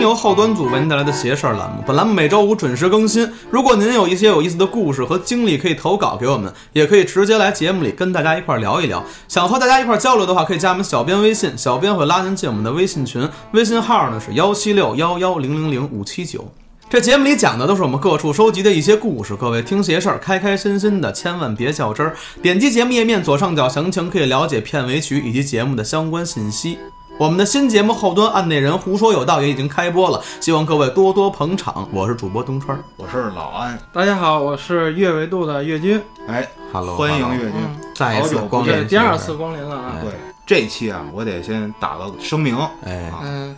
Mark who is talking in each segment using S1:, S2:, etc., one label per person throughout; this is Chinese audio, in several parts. S1: 由后端组为您带来的邪事儿栏目。本栏目每周五准时更新。如果您有一些有意思的故事和经历，可以投稿给我们，也可以直接来节目里跟大家一块儿聊一聊。想和大家一块儿交流的话，可以加我们小编微信，小编会拉您进我们的微信群，微信号呢是幺七六幺幺零零零五七九。这节目里讲的都是我们各处收集的一些故事，各位听邪事儿，开开心心的，千万别较真儿。点击节目页面左上角详情，可以了解片尾曲以及节目的相关信息。我们的新节目后端案内人胡说有道也已经开播了，希望各位多多捧场。我是主播东川儿
S2: 我是老安，
S3: 大家好，我是越维度的越军，
S2: 哎，
S1: 嗯，Hello，
S2: 欢迎
S1: 哈
S2: 岳军。
S3: 嗯，
S1: 喽再一次
S2: 好久不
S1: 光
S2: 见
S3: 对，
S1: 临，
S3: 第二次，光临了啊，
S2: 对，
S1: 嗯
S2: 这期啊，我得先打个声明，
S1: 哎，
S2: 啊
S3: 嗯，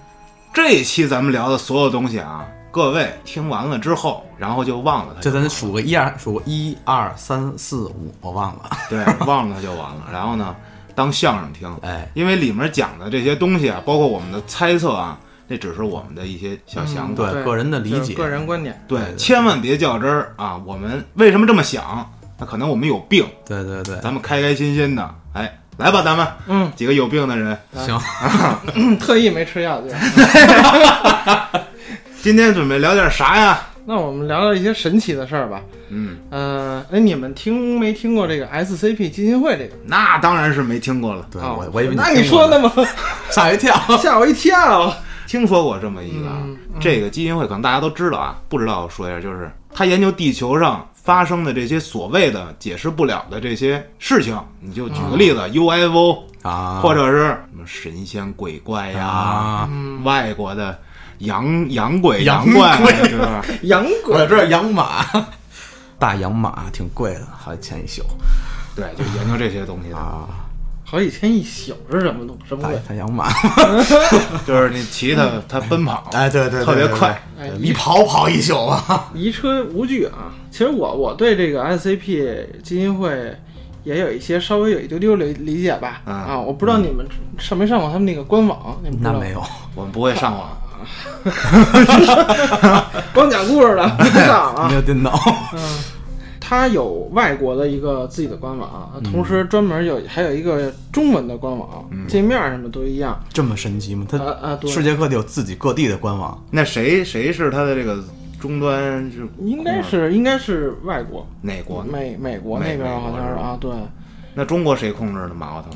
S2: 这一期咱们聊的所有东西啊，各位听完了之后，然后就忘了它
S1: 这
S2: 就完了，
S1: 咱数个一二，数个一二三四五，我忘了，
S2: 对，忘了它就完了。 然后呢，当相声听，
S1: 哎，
S2: 因为里面讲的这些东西啊，包括我们的猜测啊，这只是我们的一些小想法，
S1: 对个人的理
S3: 就是
S1: 解
S3: 个人观点，
S2: 对
S1: 嗯对对
S2: 千万别较真儿啊。我们为什么这么想？那可能我们有病，
S1: 对对对，
S2: 咱们开开心心的，哎，来吧，咱们
S3: 嗯，
S2: 几个有病的人，
S1: 行，
S3: 嗯特意没吃药，对。
S2: 今天准备聊点啥呀？
S3: 那我们聊聊一些神奇的事儿吧，
S2: 嗯，
S3: 嗯，哎，你们听没听过这个 SCP 基金会这个？
S2: 那当然是没听过了，
S1: 对
S3: 哦
S1: 我我以为
S3: 那
S1: 你
S3: 你
S1: 听
S3: 说
S1: 过
S3: 那么
S1: 吓一 跳，
S3: 吓我一跳，啊
S2: 听说过这么一个啊。
S3: 嗯
S2: 这个基金会可能大家都知道啊，不知道我说一下，就是他研究地球上发生的这些所谓的解释不了的这些事情。你就举个例子、u f o
S1: 啊，
S2: 或者是什么神仙鬼怪呀、
S1: 啊，
S2: 外国的洋洋鬼、
S1: 洋
S2: 洋怪呀，是吧？
S3: 洋
S1: 我
S3: 鬼，
S1: 这儿养马， 大洋马挺贵的，好几千一宿
S2: 对，就研究这些东西的，
S1: 啊。
S3: 好几千一宿是什么东什么
S1: 大
S3: 鬼？
S1: 大 洋马，
S2: 就是你骑它，它奔跑，
S1: 哎，对对，对
S2: 特别快，
S1: 对对
S3: 哎
S1: 对一跑跑一宿啊。
S3: 移车无惧啊。其实我我对这个 SCP 基金会也有一些稍微有一丢丢理理解吧。
S2: 嗯
S3: 啊，我不知道你们上没上过他们那个官网，你们知道
S1: 那
S3: 吗
S1: 没有，
S2: 我们不会上网。
S3: 光讲故 事的，不知道啊
S1: 没。有电脑。
S3: 嗯，它有外国的一个自己的官
S2: 嗯
S3: 网，同时专门有还有一个中文的官网，
S2: 嗯
S3: 界面什么都一样。
S1: 这么神奇吗？它
S3: 啊啊对
S1: 世界各地有自己各地的官 网，
S2: 那谁谁是它的这个终端是？
S3: 应该是应该是外国，
S2: 哪国？
S3: 美美国
S2: 美
S3: 那边好像
S2: 美国是
S3: 是
S2: 吧
S3: 啊，对，
S2: 那中国谁控制的马化腾？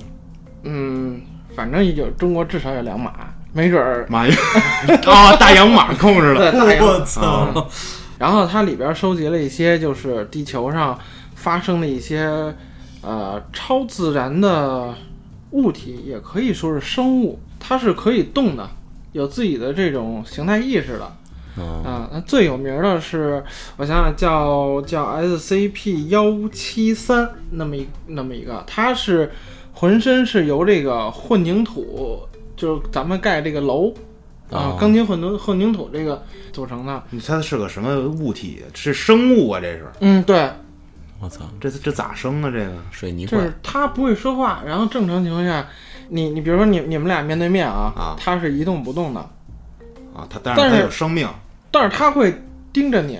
S3: 嗯，反正有中国至少有两码，没准儿
S2: 马云 哦，大洋马控制了。
S3: 对大洋
S1: 我操！
S3: 然后它里边收集了一些就是地球上发生的一些呃超自然的物体，也可以说是生物，它是可以动的，有自己的这种形态意识的。
S1: 嗯
S3: 啊、那最有名的是，我想想叫叫 SCP 幺七三那么一那么一个，它是浑身是由这个混凝土，就是咱们盖这个楼啊、
S1: 哦
S3: 钢筋混凝混凝土这个组成的。
S2: 它是个什么物体？是生物啊？这是？
S3: 嗯，对，
S1: 我操，
S2: 这这咋生啊？这个？
S1: 水泥
S3: 就
S1: 怪
S3: 是他不会说话，然后正常情况下，你你比如说你你们俩面对面啊，
S2: 啊
S3: 他是一动不动的，
S2: 啊，它但
S3: 但
S2: 是它
S3: 是
S2: 有生命。
S3: 但是他会盯着你，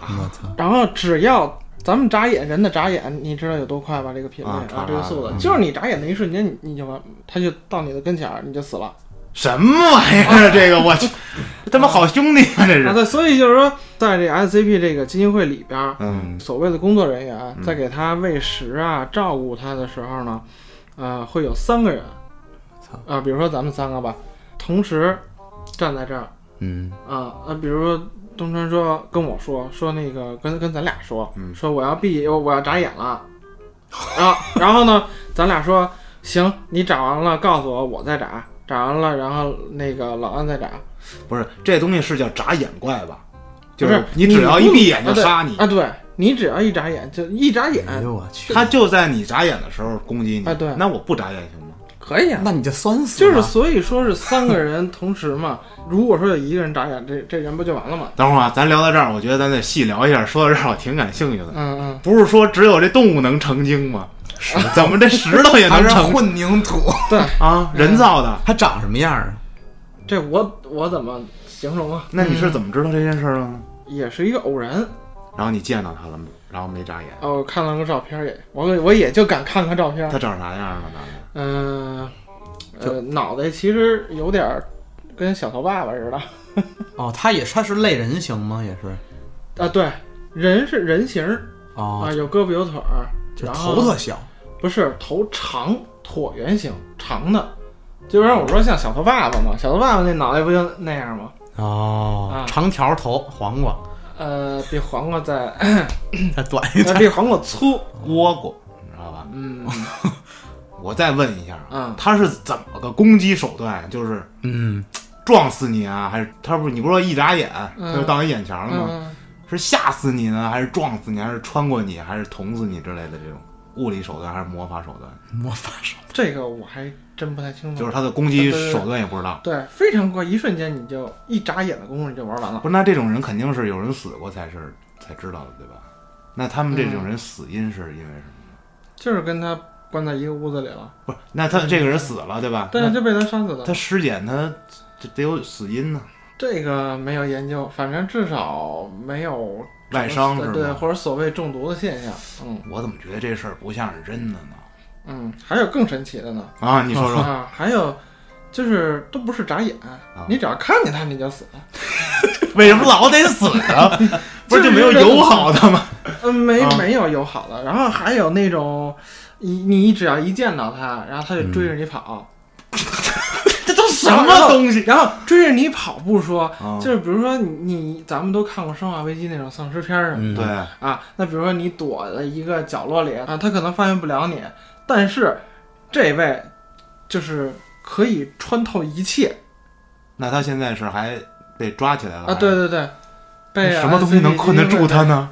S1: 我操，
S3: 然后只要咱们眨眼，人的眨眼，你知道有多快吧？这个频率
S2: 啊
S3: 这个速度
S2: 嗯，
S3: 就是你眨眼的一瞬间，你你就完，他就到你的跟前儿，你就死了。
S2: 什么玩意儿啊？这个我去，他妈好兄弟啊！这
S3: 啊，
S2: 是。
S3: 对，所以就是说，在这 SCP 这个基金会里边儿，
S2: 嗯
S3: 所谓的工作人员在给他喂食啊、照顾他的时候呢，呃，会有三个人，
S1: 操
S3: 啊、比如说咱们三个吧，同时站在这儿
S1: 嗯
S3: 啊，呃，比如说东川说跟我说说那个跟跟咱俩说，
S2: 嗯
S3: 说我要闭我我要眨 眼了，啊，然后呢，咱俩说行，你眨完了告诉我，我再眨，眨完了，然后那个老安再眨，
S2: 不是这东西是叫眨眼怪吧？就
S3: 不是
S2: 你只要一闭眼就
S3: 不能
S2: 杀你，
S3: 啊，对你只要一眨眼就一眨眼
S1: 哎呦我去，
S2: 它就在你眨眼的时候攻击你。
S3: 啊对
S2: 那我不眨眼行吗？
S3: 可以啊，
S1: 那你就酸死
S3: 就
S1: 了，
S3: 是所以说是三个人同时嘛， 如果说有一个人眨眼，这这人不就完了吗？
S2: 等会儿啊，咱聊到这儿，我觉得咱得细聊一下。说到这儿，我挺感兴趣的。
S3: 嗯嗯，
S2: 不是说只有这动物能成精吗？怎么这石头也
S1: 还
S2: 能
S1: 是
S2: 成
S1: 混凝 土，
S3: 对，
S2: 啊？人造的？
S1: 它长什么样啊？
S3: 这我我怎么形容啊？
S2: 那你是怎么知道这件事儿的呢？
S3: 也是一个偶然，
S2: 然后你见到他了吗？然后没眨眼，
S3: 哦，我看了个照片儿也，我我也就敢看看照片儿
S2: 他，长啥样了？当时
S3: 嗯、呃，脑袋其实有点儿跟小头爸爸似的，
S1: 哦，它也它是类人形吗？也是
S3: 啊，对，人是人形儿
S1: 哦，
S3: 啊，有胳膊有腿儿，
S1: 就是
S3: 然
S1: 头
S3: 后
S1: 特小
S3: 不是头长椭圆形长的，就让我说像小头爸爸嘛，小头爸爸那脑袋不就那样吗？
S1: 哦
S3: 啊
S1: 长条头黄瓜，
S3: 呃，比黄瓜 再，
S1: 它短一点
S3: 呃比黄瓜粗，
S2: 倭瓜，你知道吧？
S3: 嗯，
S2: 我再问一下啊，
S3: 嗯
S2: 他是怎么个攻击手段？就是
S1: 嗯，
S2: 撞死你啊，还是他不是你不是说一眨眼
S3: 嗯
S2: 他就到你眼前了吗？
S3: 嗯，
S2: 是吓死你呢，还是撞死你，还是穿过你，还是捅死你之类的这种物理手段，还是魔法手段？
S1: 魔法手
S3: 这个我还真不太清楚，
S2: 就是他的攻击手段也不知道。
S3: 对，非常快，一瞬间你就一眨眼的功夫你就玩完了。
S2: 不是，那这种人肯定是有人死过才是才知道的，对吧？那他们这
S3: 嗯
S2: 种人死因是因为什么？
S3: 就是跟他关在一个屋子里了，
S2: 不是，那他这个人死了，对吧？
S3: 对，就被他杀死
S2: 啊那
S3: 了
S2: 他。尸检他这得有死因呢，
S3: 这个没有研究，反正至少没有
S2: 外伤
S3: 对
S2: 是
S3: 对，
S2: 吗？
S3: 或者所谓中毒的现象。嗯
S2: 我怎么觉得这事儿不像是真的呢？
S3: 嗯，还有更神奇的呢
S2: 啊，你说 说，
S3: 啊，还有就是都不是眨眼，
S2: 啊
S3: 你只要看见他你就死了。
S2: 为什么老得死 啊？不是就没有友好的吗？
S3: 嗯，没
S2: 啊
S3: 没有友好的，然后还有那种你你只要一见到他，然后他就追着你跑。
S2: 这都嗯什
S3: 然
S2: 么
S3: 后
S2: 东西？
S3: 然后追着你跑不说，
S2: 啊
S3: 就是比如说你你咱们都看过《生化危机》那种丧尸片儿什么
S1: 嗯
S2: 对，
S3: 的啊，那比如说你躲在一个角落里啊，他可能发现不了你，但是这位就是可以穿透一切
S2: 那他现在是还被抓起来了
S3: 啊，对对对，啊
S2: 还
S3: 被
S2: 哎是什么东西能困得住他
S3: 呢？
S2: 呢？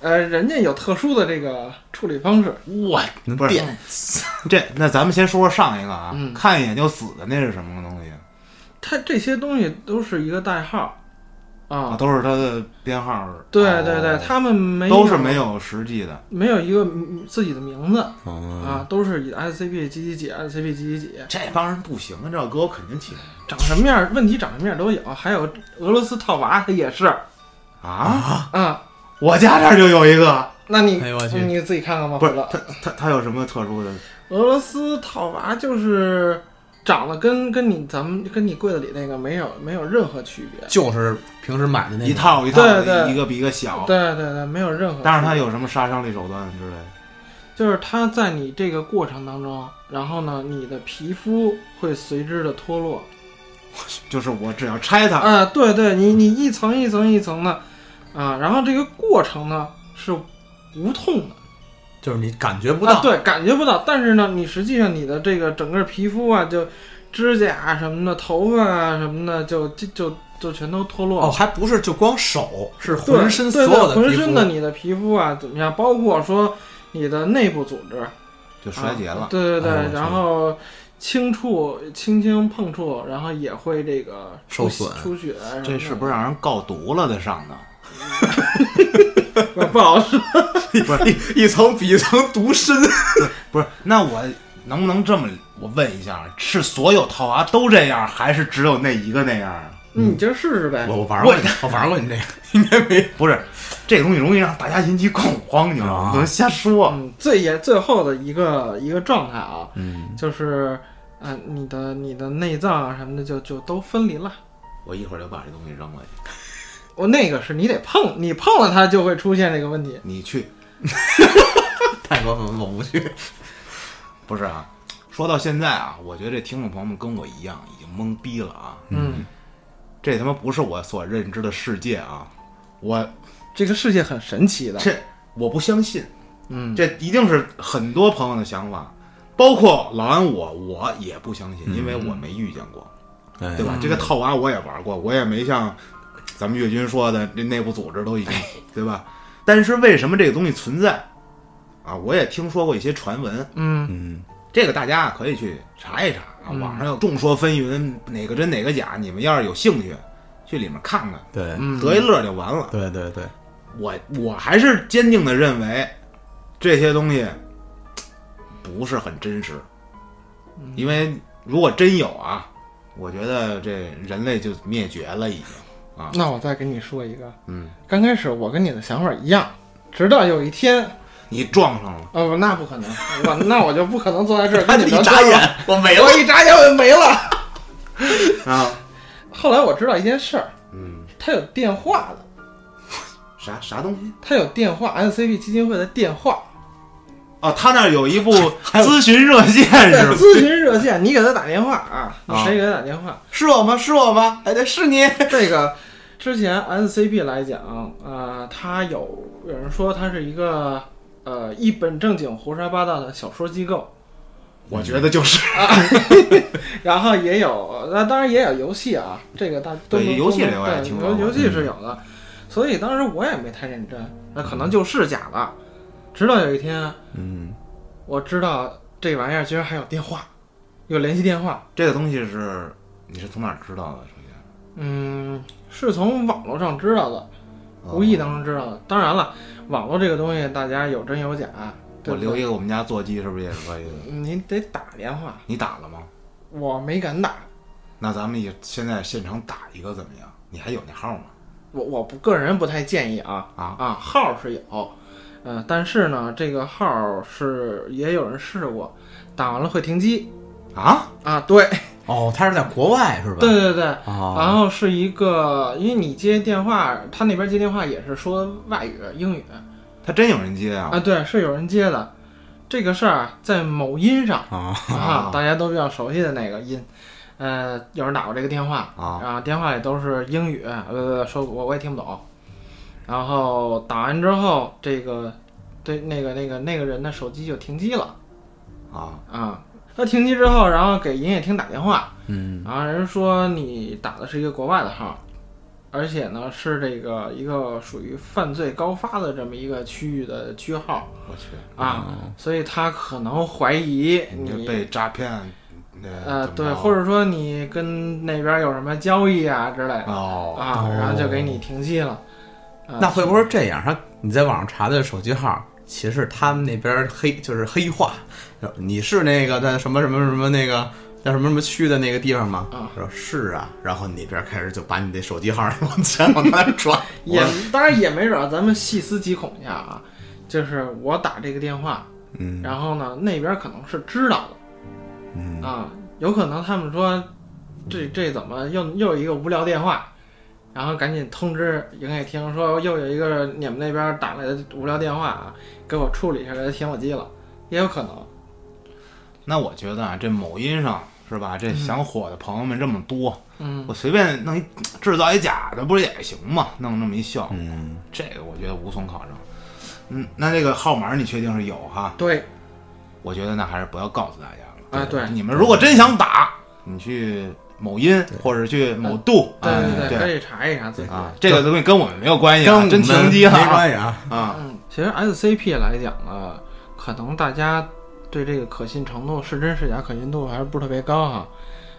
S3: 呃，人家有特殊的这个处理方式，
S2: 我
S1: 能
S2: 不是
S1: 变
S2: 这那咱们先说说上一个啊，
S3: 嗯
S2: 看一眼就死的那是什么东西
S3: 他这些东西都是一个代号
S2: 啊？
S3: 啊，
S2: 都是他的编号。
S3: 对对对，
S2: 哦
S3: 他们没
S2: 都是没
S3: 有
S2: 有实际的。
S3: 没有一个嗯自己的名字
S2: 哦
S1: 啊，
S3: 啊，都是以 SCP 几几几 SCP 几几几。
S2: 这帮人不行，啊这哥我肯定起
S3: 长什么样儿，问题长什么样儿都有。还有俄罗斯套娃，它也是
S2: 啊！
S3: 啊。
S2: 我家这儿就有一个，
S3: 那你、
S1: 哎呦我去
S3: 你自己看看吧。
S2: 不是
S3: 回头
S2: 他他他有什么特殊的？
S3: 俄罗斯套娃就是长得跟跟你咱们跟你柜子里那个没有没有任何区别。
S1: 就是平时买的那
S2: 一
S1: 种
S2: 套一套的，
S3: 对对
S2: 一个比一个小。
S3: 对对对，没有任何区别。
S2: 但是他有什么杀伤力手段之类的？
S3: 就是它在你这个过程当中，然后呢，你的皮肤会随之的脱落。
S2: 就是我只要拆它，
S3: 啊，对对，你你一层一层一层的啊，然后这个过程呢是无痛的。
S1: 就是你感觉不
S3: 啊，
S1: 到，
S3: 对，感觉不到。但是呢，你实际上你的这个整个皮肤啊，就指甲啊什么的，头发啊什么的，就就就就全都脱落了。
S1: 哦，还不是就光手，是
S3: 对，
S1: 浑身所
S3: 对对
S1: 有的
S3: 浑
S1: 皮肤
S3: 身的你的皮肤啊怎么样？包括说你的内部组织
S2: 就衰竭
S3: 啊
S2: 了。
S3: 对对对，
S1: 哎我去
S3: 然后。轻触、轻轻碰触，然后也会这个
S1: 受
S3: 出
S1: 损
S3: 出血什么的。
S2: 这是不是让人告毒了的上的？
S3: 不不好说？
S1: 一一层比一层毒深。
S2: 不是，那我能不能这么？我问一下，是所有套娃都这样，还是只有那一个那样啊？
S3: 你就试试呗
S1: 我。我玩过你，我玩过你这个，应该没
S2: 不是，这个东西容易让大家引起恐慌，你知道吗？
S1: 啊
S2: 不能瞎说。
S3: 嗯，最也最后的一个一个状态啊，
S1: 嗯，
S3: 就是，呃，你的你的内脏啊什么的就就都分离了。
S2: 我一会儿就把这东西扔过去，
S3: 我那个是你得碰，你碰了它就会出现这个问题。
S2: 你去。
S1: 太过分了，我不去。
S2: 不是啊，说到现在啊，我觉得这听众朋友们跟我一样，已经懵逼了啊。
S3: 嗯，
S2: 这他妈不是我所认知的世界啊！我
S3: 这个世界很神奇的。
S2: 这我不相信，
S3: 嗯，
S2: 这一定是很多朋友的想法，包括老安我，我也不相信，因为我没遇见过，
S1: 对
S2: 对吧？这个套娃我也玩过，我也没像咱们岳军说的，这内部组织都已经，对吧？但是为什么这个东西存在啊？我也听说过一些传闻，
S3: 嗯
S1: 嗯，
S2: 这个大家可以去查一查啊，
S3: 嗯
S2: 网上有众说纷纭，哪个真哪个假，你们要是有兴趣，去里面看看，
S1: 对，
S3: 嗯，
S2: 得一乐就完了。
S1: 对对对，
S2: 我我还是坚定的认为，这些东西不是很真实，
S1: 嗯
S2: 因为如果真有啊，我觉得这人类就灭绝了已经啊。
S3: 那我再跟你说一个，
S2: 嗯，
S3: 刚开始我跟你的想法一样，直到有一天，
S2: 你撞上了，
S3: 哦，那不可能，我那我就不可能坐在这儿跟你
S1: 一
S3: 聊天
S1: 眨
S3: 了，
S1: 眼我没了
S3: 我一眨眼我就没了。
S2: 啊，
S3: 后来我知道一件事儿，
S2: 嗯
S3: 它有电话的，
S2: 啥啥东西？
S3: 它有电话，SCP 基金会的电话，
S2: 哦，他那儿有一部
S1: 还有
S2: 咨询热线
S3: 对
S2: 是吧？
S3: 咨询热线，你给他打电话啊，你谁给他打电话？
S1: 是我吗？是我吗？哎，对，是你。
S3: 这个之前 SCP 来讲，呃，它有有人说它是一个呃一本正经胡说八道的小说机构，
S2: 我觉得就是
S3: 然后也有，那当然也有游戏啊，这个大都
S2: 对
S3: 能
S2: 游戏
S3: 都能
S2: 里我也
S3: 对
S2: 听说
S3: 游
S2: 过嗯
S3: 游戏是有的，所以当时我也没太认真，那可能就是假的，直到有一天
S1: 嗯，
S3: 我知道这玩意儿居然还有电话，有联系电话，
S2: 这个东西是你是从哪儿知道的？首先，
S3: 嗯，是从网络上知道的。
S2: 哦
S3: 无意当中知道的。当然了，网络这个东西大家有真有假，对
S2: 哦我
S3: 不
S2: 留一
S3: 对？嗯
S2: 个我们家座机是不是也是可以的？
S3: 您得打电话，
S2: 你打了吗？
S3: 我没敢打，
S2: 那咱们也现在现场打一个怎么样？你还有那号吗？
S3: 我我不个人不太建议啊
S2: 啊
S3: 啊号是有，呃，但是呢，这个号是也有人试过，打完了会停机
S2: 啊？
S3: 啊，对
S1: 哦，他是在国外是吧？
S3: 对对对。然
S1: 啊，
S3: 后是一个，因为你接电话，他那边接电话也是说外语、英语
S2: 他真有人接啊？
S3: 啊，对，是有人接的。这个事儿啊在某音上
S1: 啊，
S3: 啊，大家都比较熟悉的那个音，呃，有人打过这个电话，
S2: 啊
S3: 然后电话也都是英语，呃，说我我也听不懂。然后打完之后，这个对那个那个那个人的手机就停机了
S2: 啊！
S3: 啊。他停机之后，然后给营业厅打电话，
S1: 嗯，
S3: 然后人说你打的是一个国外的号，而且呢是这个一个属于犯罪高发的这么一个区域的区号
S2: 我去，
S3: 啊，所以他可能怀疑
S2: 哦你这被诈骗，那
S3: 呃，
S2: 怎么
S3: 对，
S2: 着
S3: 或者说你跟那边有什么交易啊之类的
S2: 哦，
S3: 啊，然后就给你停机了。啊
S1: 那会不会是这样？他你在网上查的手机号，其实他们那边黑就是黑话，你是那个在什么什么什么那个叫什么什么区的那个地方吗？
S3: 啊
S1: 说是啊，然后你这边开始就把你的手机号 往前往那儿传，
S3: 也当然也没准儿，咱们细思极恐一下啊，就是我打这个电话，
S1: 嗯，
S3: 然后呢那边可能是知道的，嗯啊，有可能他们说这这怎么又又一个无聊电话，然后赶紧通知营业厅说又有一个你们那边打来的无聊电话啊，给我处理一下，给他停我机了，也有可能，
S2: 那我觉得啊，这某音上是吧？这想火的朋友们这么多，
S3: 嗯
S2: 我随便弄一制造一假的，不是也行吗？弄那么一笑，
S1: 嗯，
S2: 这个我觉得无从考证。嗯，那这个号码你确定是有哈？
S3: 对，
S2: 我觉得那还是不要告诉大家了
S3: 啊对
S2: 你们如果真想打，你去某音或者去某度，
S3: 呃对
S2: 啊对
S3: 对可以查一查自己。
S2: 啊，这个东西跟我们没有关系
S1: 跟我
S2: 啊，
S1: 们
S2: 真停机
S1: 没
S2: 了啊
S1: 关系啊，
S2: 啊！
S3: 嗯，其实 SCP 来讲呢，可能大家对这个可信程度、是真是假可信度还是不是特别高哈。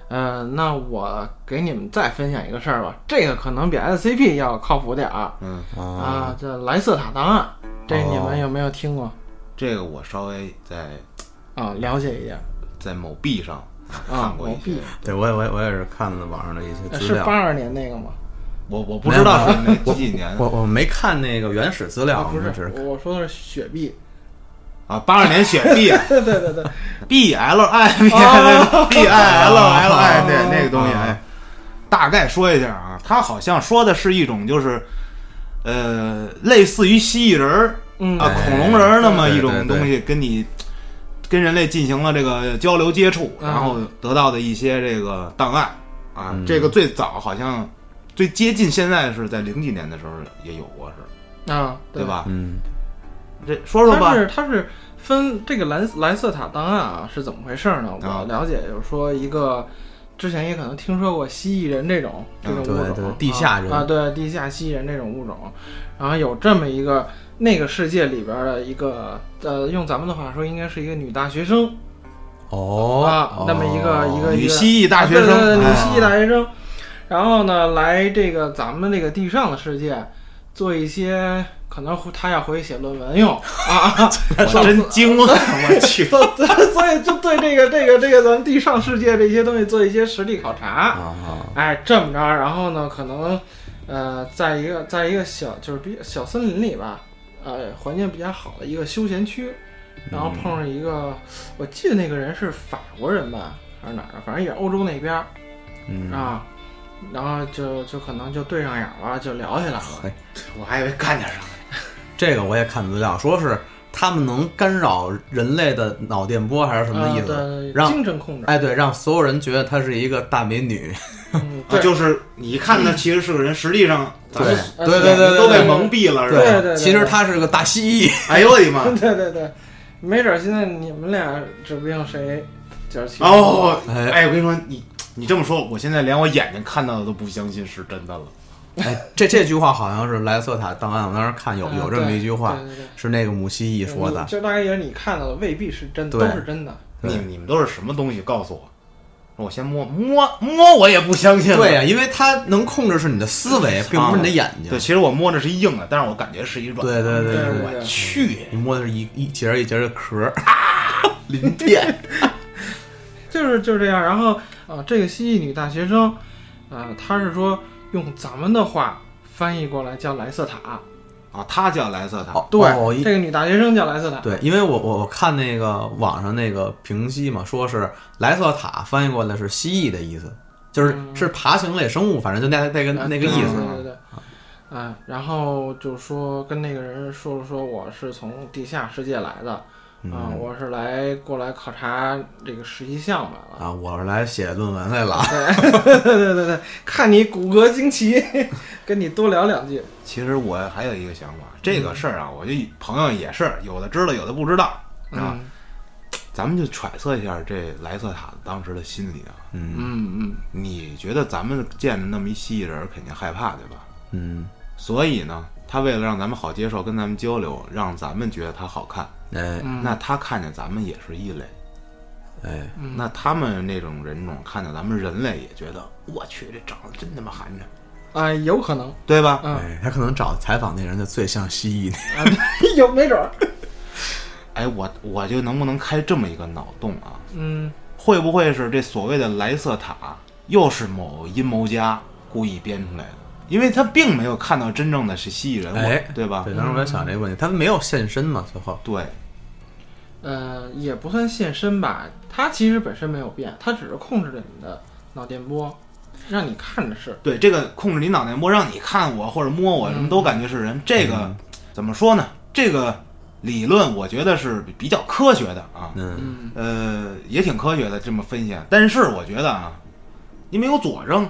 S3: 呃，那我给你们再分享一个事儿吧，这个可能比 SCP 要靠谱点儿、
S2: 嗯，
S1: 啊，
S3: 啊。这莱瑟塔档案，这你
S1: 哦
S3: 们有没有听过？
S2: 这个我稍微在
S3: 啊，了解一点
S2: 在某 B 上
S3: 啊
S2: 看，过
S3: 我
S2: 一些
S3: B，，
S1: 对我也我也我也是看了网上的一些资
S3: 是
S1: 料。
S3: 八二年那个吗？
S2: 我我不知道是哪几几年
S1: 我我没看那个原始资料，
S3: 啊，不
S1: 我
S3: 是
S1: 只是，
S3: 我说的是雪碧。
S2: 啊，八二年雪碧
S3: 对对对对，
S2: B L I B I B I L L I 对那个东西，哎，大概说一下啊，它好像说的是一种就是，呃，类似于蜥蜴人儿
S3: 嗯，
S2: 啊、
S1: 哎
S2: 恐龙人儿那么
S1: 对对
S2: 一种
S1: 对
S2: 东西，跟你跟人类进行了这个交流接触，
S3: 嗯
S2: 然后得到的一些这个档案啊，这个最早好像最接近现在是在零几年的时候也有过是，
S3: 啊，
S2: 对？吧？
S1: 嗯，
S2: 这说说吧
S3: 它，是它是分这个蓝蓝色塔档案啊是怎么回事呢？
S2: 啊
S3: 我了解就是说一个。之前也可能听说过蜥蜴人这种这
S2: 嗯
S3: 个物
S1: 对
S3: 种，
S1: 对地下人
S3: 啊啊，对地下蜥蜴人这种物种，然后有这么一个那个世界里边的一个呃，用咱们的话说，应该是一个女大学生
S1: 哦，
S3: 啊那么一个 一个
S2: 哦女蜥蜴大学
S3: 啊对对
S2: 生，
S3: 对
S2: 哎
S3: 女蜥蜴大学生，然后呢来这个咱们这个地上的世界做一些可能他要回去写论文用啊，
S2: 我真惊了，我 去，
S3: 所所以就对这个这个这个咱们地上世界这些东西做一些实地考察。
S1: 啊，
S3: 哎，这么着，然后呢，可能呃，在一个在一个小就是比小森林里吧，呃，环境比较好的一个休闲区，然后碰上一个，我记得那个人是法国人吧，还是哪儿的，反正也是欧洲那边儿
S1: 嗯
S3: 啊。然后就就可能就对上眼了，就聊起来了。
S2: 我还以为干点啥呢。
S1: 这个我也看资料，说是他们能干扰人类的脑电波还是什么意思？
S3: 啊对
S1: 让
S3: 精神控制，
S1: 哎，对，让所有人觉得她是一个大美女，
S3: 嗯
S2: 啊，
S3: 对，
S2: 就是你一看他其实是个人，实际上
S3: 啊
S2: 咱们
S1: 对
S3: 对
S1: 对
S3: 对
S1: 对，
S2: 都
S1: 对嗯
S2: 被蒙蔽了，是
S3: 对
S2: 吧？
S3: 对对
S1: 其实她是个大蜥蜴，
S2: 哎呦我的
S1: 啊
S2: 妈！
S3: 对对对，没准儿现在你们俩指不定谁就是其中
S2: 哦，
S1: 哎
S2: 哎，我跟你说，你你这么说，我现在连我眼睛看到的都不相信是真的了。
S1: 哎，这这句话好像是莱瑟塔档案，我当时看有
S3: 啊
S1: 有这么一句话，
S3: 对对嗯对
S1: 是那个母蜥蜴
S3: 对
S1: 说的
S3: 你。就大概也是你看到的，未必是真的，
S1: 对
S3: 都是真的。
S1: 对
S2: 你你们都是什么东西？告诉我，我先摸摸摸，我也不相信了。
S1: 对呀、啊因为它能控制是你的思维，并不是你的眼睛
S2: 对，。其实我摸着是一硬的，但是我感觉是一软。
S1: 对对对
S3: 对
S1: 对，
S2: 我去，
S1: 你摸的是一一节儿一节儿的壳儿， 鳞片。
S3: 就是就是这样。然后啊、呃这个蜥蜴女大学生，啊、她是说用咱们的话翻译过来叫莱瑟塔。
S2: 啊，他叫莱瑟塔，
S1: 哦
S3: 对，
S1: 哦一
S3: 这个女大学生叫莱瑟塔。
S1: 对，因为我我我看那个网上那个评析嘛，说是莱瑟塔翻译过来是蜥蜴的意思，就是
S3: 嗯
S1: 是爬行类生物，反正就那那个
S3: 啊
S1: 那个意思。
S3: 对对对对。啊，然后就说跟那个人说了说我是从地下世界来的，啊、
S1: 嗯
S3: 我是来过来考察这个十一项 来了。
S1: 啊，我是来写论文来了。
S3: 对对对对，看你骨骼惊奇， 跟你多聊两句。
S2: 其实我还有一个想法，这个事儿啊，我就朋友也是有的知道，有的不知道啊。
S3: 嗯
S2: 咱们就揣测一下这莱瑟塔当时的心理啊。
S3: 嗯嗯，
S2: 你觉得咱们见着那么一蜥蜴人，肯定害怕对吧？
S1: 嗯，
S2: 所以呢，他为了让咱们好接受，跟咱们交流，让咱们觉得他好看，
S1: 哎
S3: 嗯
S2: 那他看见咱们也是异类。
S1: 哎，
S3: 嗯
S2: 那他们那种人种看见咱们人类，也觉得我去，这长得真他妈寒碜，
S3: 啊、有可能，
S2: 对吧？
S3: 嗯，
S1: 哎，他可能找采访那人就最像蜥蜴那。
S3: 啊， 有 没准儿，
S2: 哎，我我就能不能开这么一个脑洞啊？
S3: 嗯，
S2: 会不会是这所谓的莱瑟塔，又是某阴谋家故意编出来的？因为他并没有看到真正的是蜥蜴人物，
S1: 哎，
S2: 对吧？
S1: 对，当时我在想这个问题，他没有现身嘛，最后。
S2: 对
S3: 呃，也不算现身吧，它其实本身没有变，它只是控制着你的脑电波，让你看着是，
S2: 对这个控制你脑袋摸，让你看我或者摸我，什么都感觉是人。这
S1: 嗯
S2: 个怎么说呢？这个理论我觉得是比较科学的啊，
S1: 嗯，
S3: 嗯，
S2: 呃，也挺科学的这么分析。但是我觉得啊，你没有佐证，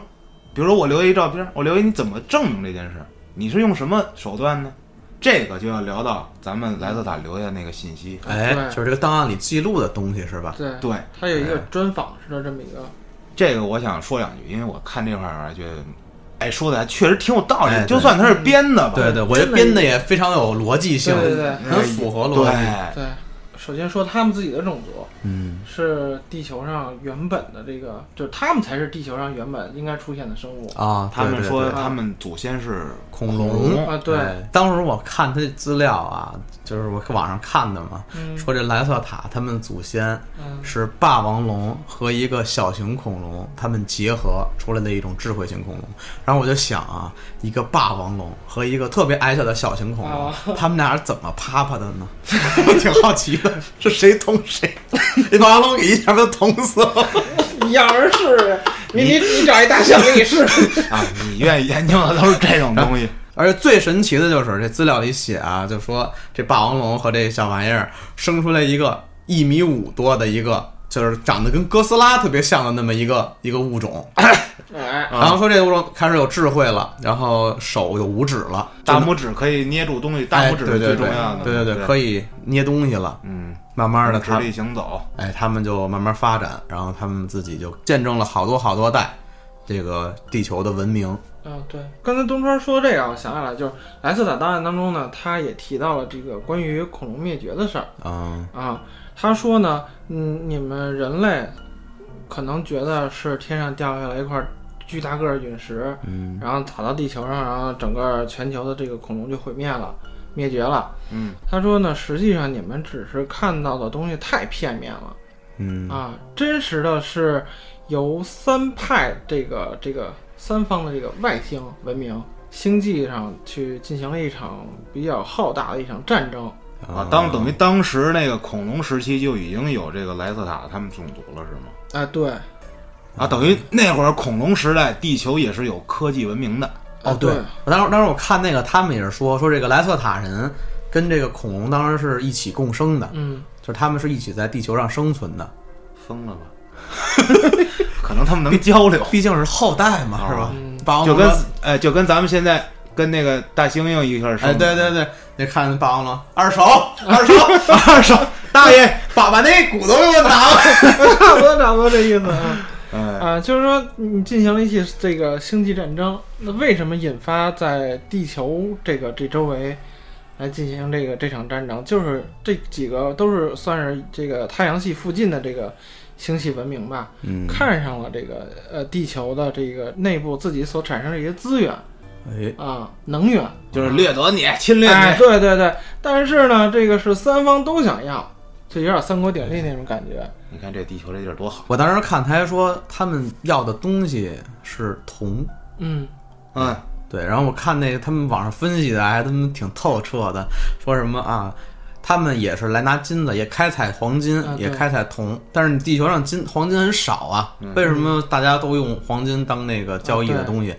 S2: 比如说我留一照片，我留一你怎么证明这件事？你是用什么手段呢？这个就要聊到咱们莱瑟塔留下那个信息。
S1: 哎，
S3: 对
S1: 就是这个档案里记录的东西是吧？
S3: 对，
S2: 对，
S3: 它有一个专访式的这么一个，
S2: 这个我想说两句，因为我看这块儿啊觉得，哎，说的还确实挺有道理。
S1: 哎对
S2: 就算它是编的吧，哎
S1: 对对，我觉得编的也非常有逻辑性，
S3: 对对对
S1: 很符合逻辑。
S2: 对，
S3: 对，首先说他们自己的种族
S1: 嗯，
S3: 是地球上原本的这个，就是他们才是地球上原本应该出现的生物，
S1: 啊，
S2: 他们
S1: 对对
S2: 说
S1: 对
S2: 他们祖先是
S1: 恐
S2: 龙，
S3: 啊，对，
S1: 哎当时我看他的资料啊，就是我网上看的嘛，
S3: 嗯
S1: 说这莱瑟塔他们祖先
S3: 嗯
S1: 是霸王龙和一个小型恐龙，他们结合出来的一种智慧型恐龙。然后我就想啊，一个霸王龙和一个特别矮小的小型恐龙，
S3: 哦
S1: 他们俩是怎么啪啪的呢？ 我挺好奇的，是谁捅谁？ 那霸王龙给一下就捅死了。
S3: 一样儿是，你你你找一大象给你试试。
S2: 啊，你愿意研究的都是这种 东西。
S1: 而且最神奇的就是这资料里写啊，就说这霸王龙和这小玩意儿生出来一个一米五多的一个，就是长得跟哥斯拉特别像的那么一个 一个物种。
S2: 啊
S3: 哎，
S1: 然后说这个物种开始有智慧了，然后手有五指了，
S2: 大拇指可以捏住东西，大拇指
S1: 哎
S2: 是
S1: 对对
S2: 最
S1: 对
S2: 重要的。
S1: 对对
S2: 对，
S1: 可
S2: 以。
S1: 以捏东西了。
S2: 嗯，
S1: 慢慢的，
S2: 直
S1: 他
S2: 立行走，
S1: 哎，他们就慢慢发展，然后他们自己就见证了好多好多代这个地球的文明。
S3: 嗯，对，刚才东川说这个，我想起来，就是莱瑟塔档案当中呢，他也提到了这个关于恐龙灭绝的事儿
S1: 嗯，
S3: 啊。他说呢，嗯，你们人类可能觉得是天上掉下来一块巨大个儿陨石，嗯，然后打到地球上，然后整个全球的这个恐龙就毁灭了，灭绝了。
S2: 嗯，
S3: 他说呢，实际上你们只是看到的东西太片面了。
S1: 嗯
S3: 啊，真实的是由三派这个这个三方的这个外星文明星际上去进行了一场比较浩大的一场战争。
S1: 嗯
S2: 啊，当等于当时那个恐龙时期就已经有这个莱瑟塔他们种族了，是吗？
S3: 啊，对，
S2: 啊，等于那会儿恐龙时代，地球也是有科技文明的。
S1: 哦，对，当时当时我看那个，他们也是说说这个莱瑟塔人跟这个恐龙当时是一起共生的，
S3: 嗯，
S1: 就是他们是一起在地球上生存的，
S2: 疯了吧？ 可 能他们能交流，
S1: 毕竟是后代嘛，
S2: 哦
S1: 是吧
S3: 嗯？
S1: 霸王
S2: 就
S1: 龙
S2: 跟哎，就跟咱们现在跟那个大猩猩一块儿生
S1: 哎，
S2: 的。
S1: 对对对，你看霸王龙二 手二手，
S2: 二手大爷，
S1: 把把那骨头给我拿了。
S3: 差不多差不多这意思啊
S2: 哎，
S3: 啊，就是说你进行了一起这个星际战争，那为什么引发在地球这个这周围来进行这个这场战争？就是这几个都是算是这个太阳系附近的这个星系文明吧，
S1: 嗯，
S3: 看上了这个呃地球的这个内部自己所产生的一些资源
S1: 哎，
S3: 啊，能源。
S2: 就是掠夺你，侵略
S3: 哎，
S2: 你。
S3: 对对对，但是呢，这个是三方都想要，就有点三国鼎立那种感觉。
S2: 你看这地球这地儿多好，
S1: 我当时看他还说他们要的东西是铜，
S3: 嗯，
S2: 嗯，
S1: 对，然后我看那个他们网上分析的还他们挺透彻的，说什么啊，他们也是来拿金子，也开采黄金，
S3: 啊对
S1: 也开采铜，但是你地球上金黄金很少啊，为什么大家都用黄金当那个交易
S3: 啊
S1: 的东西？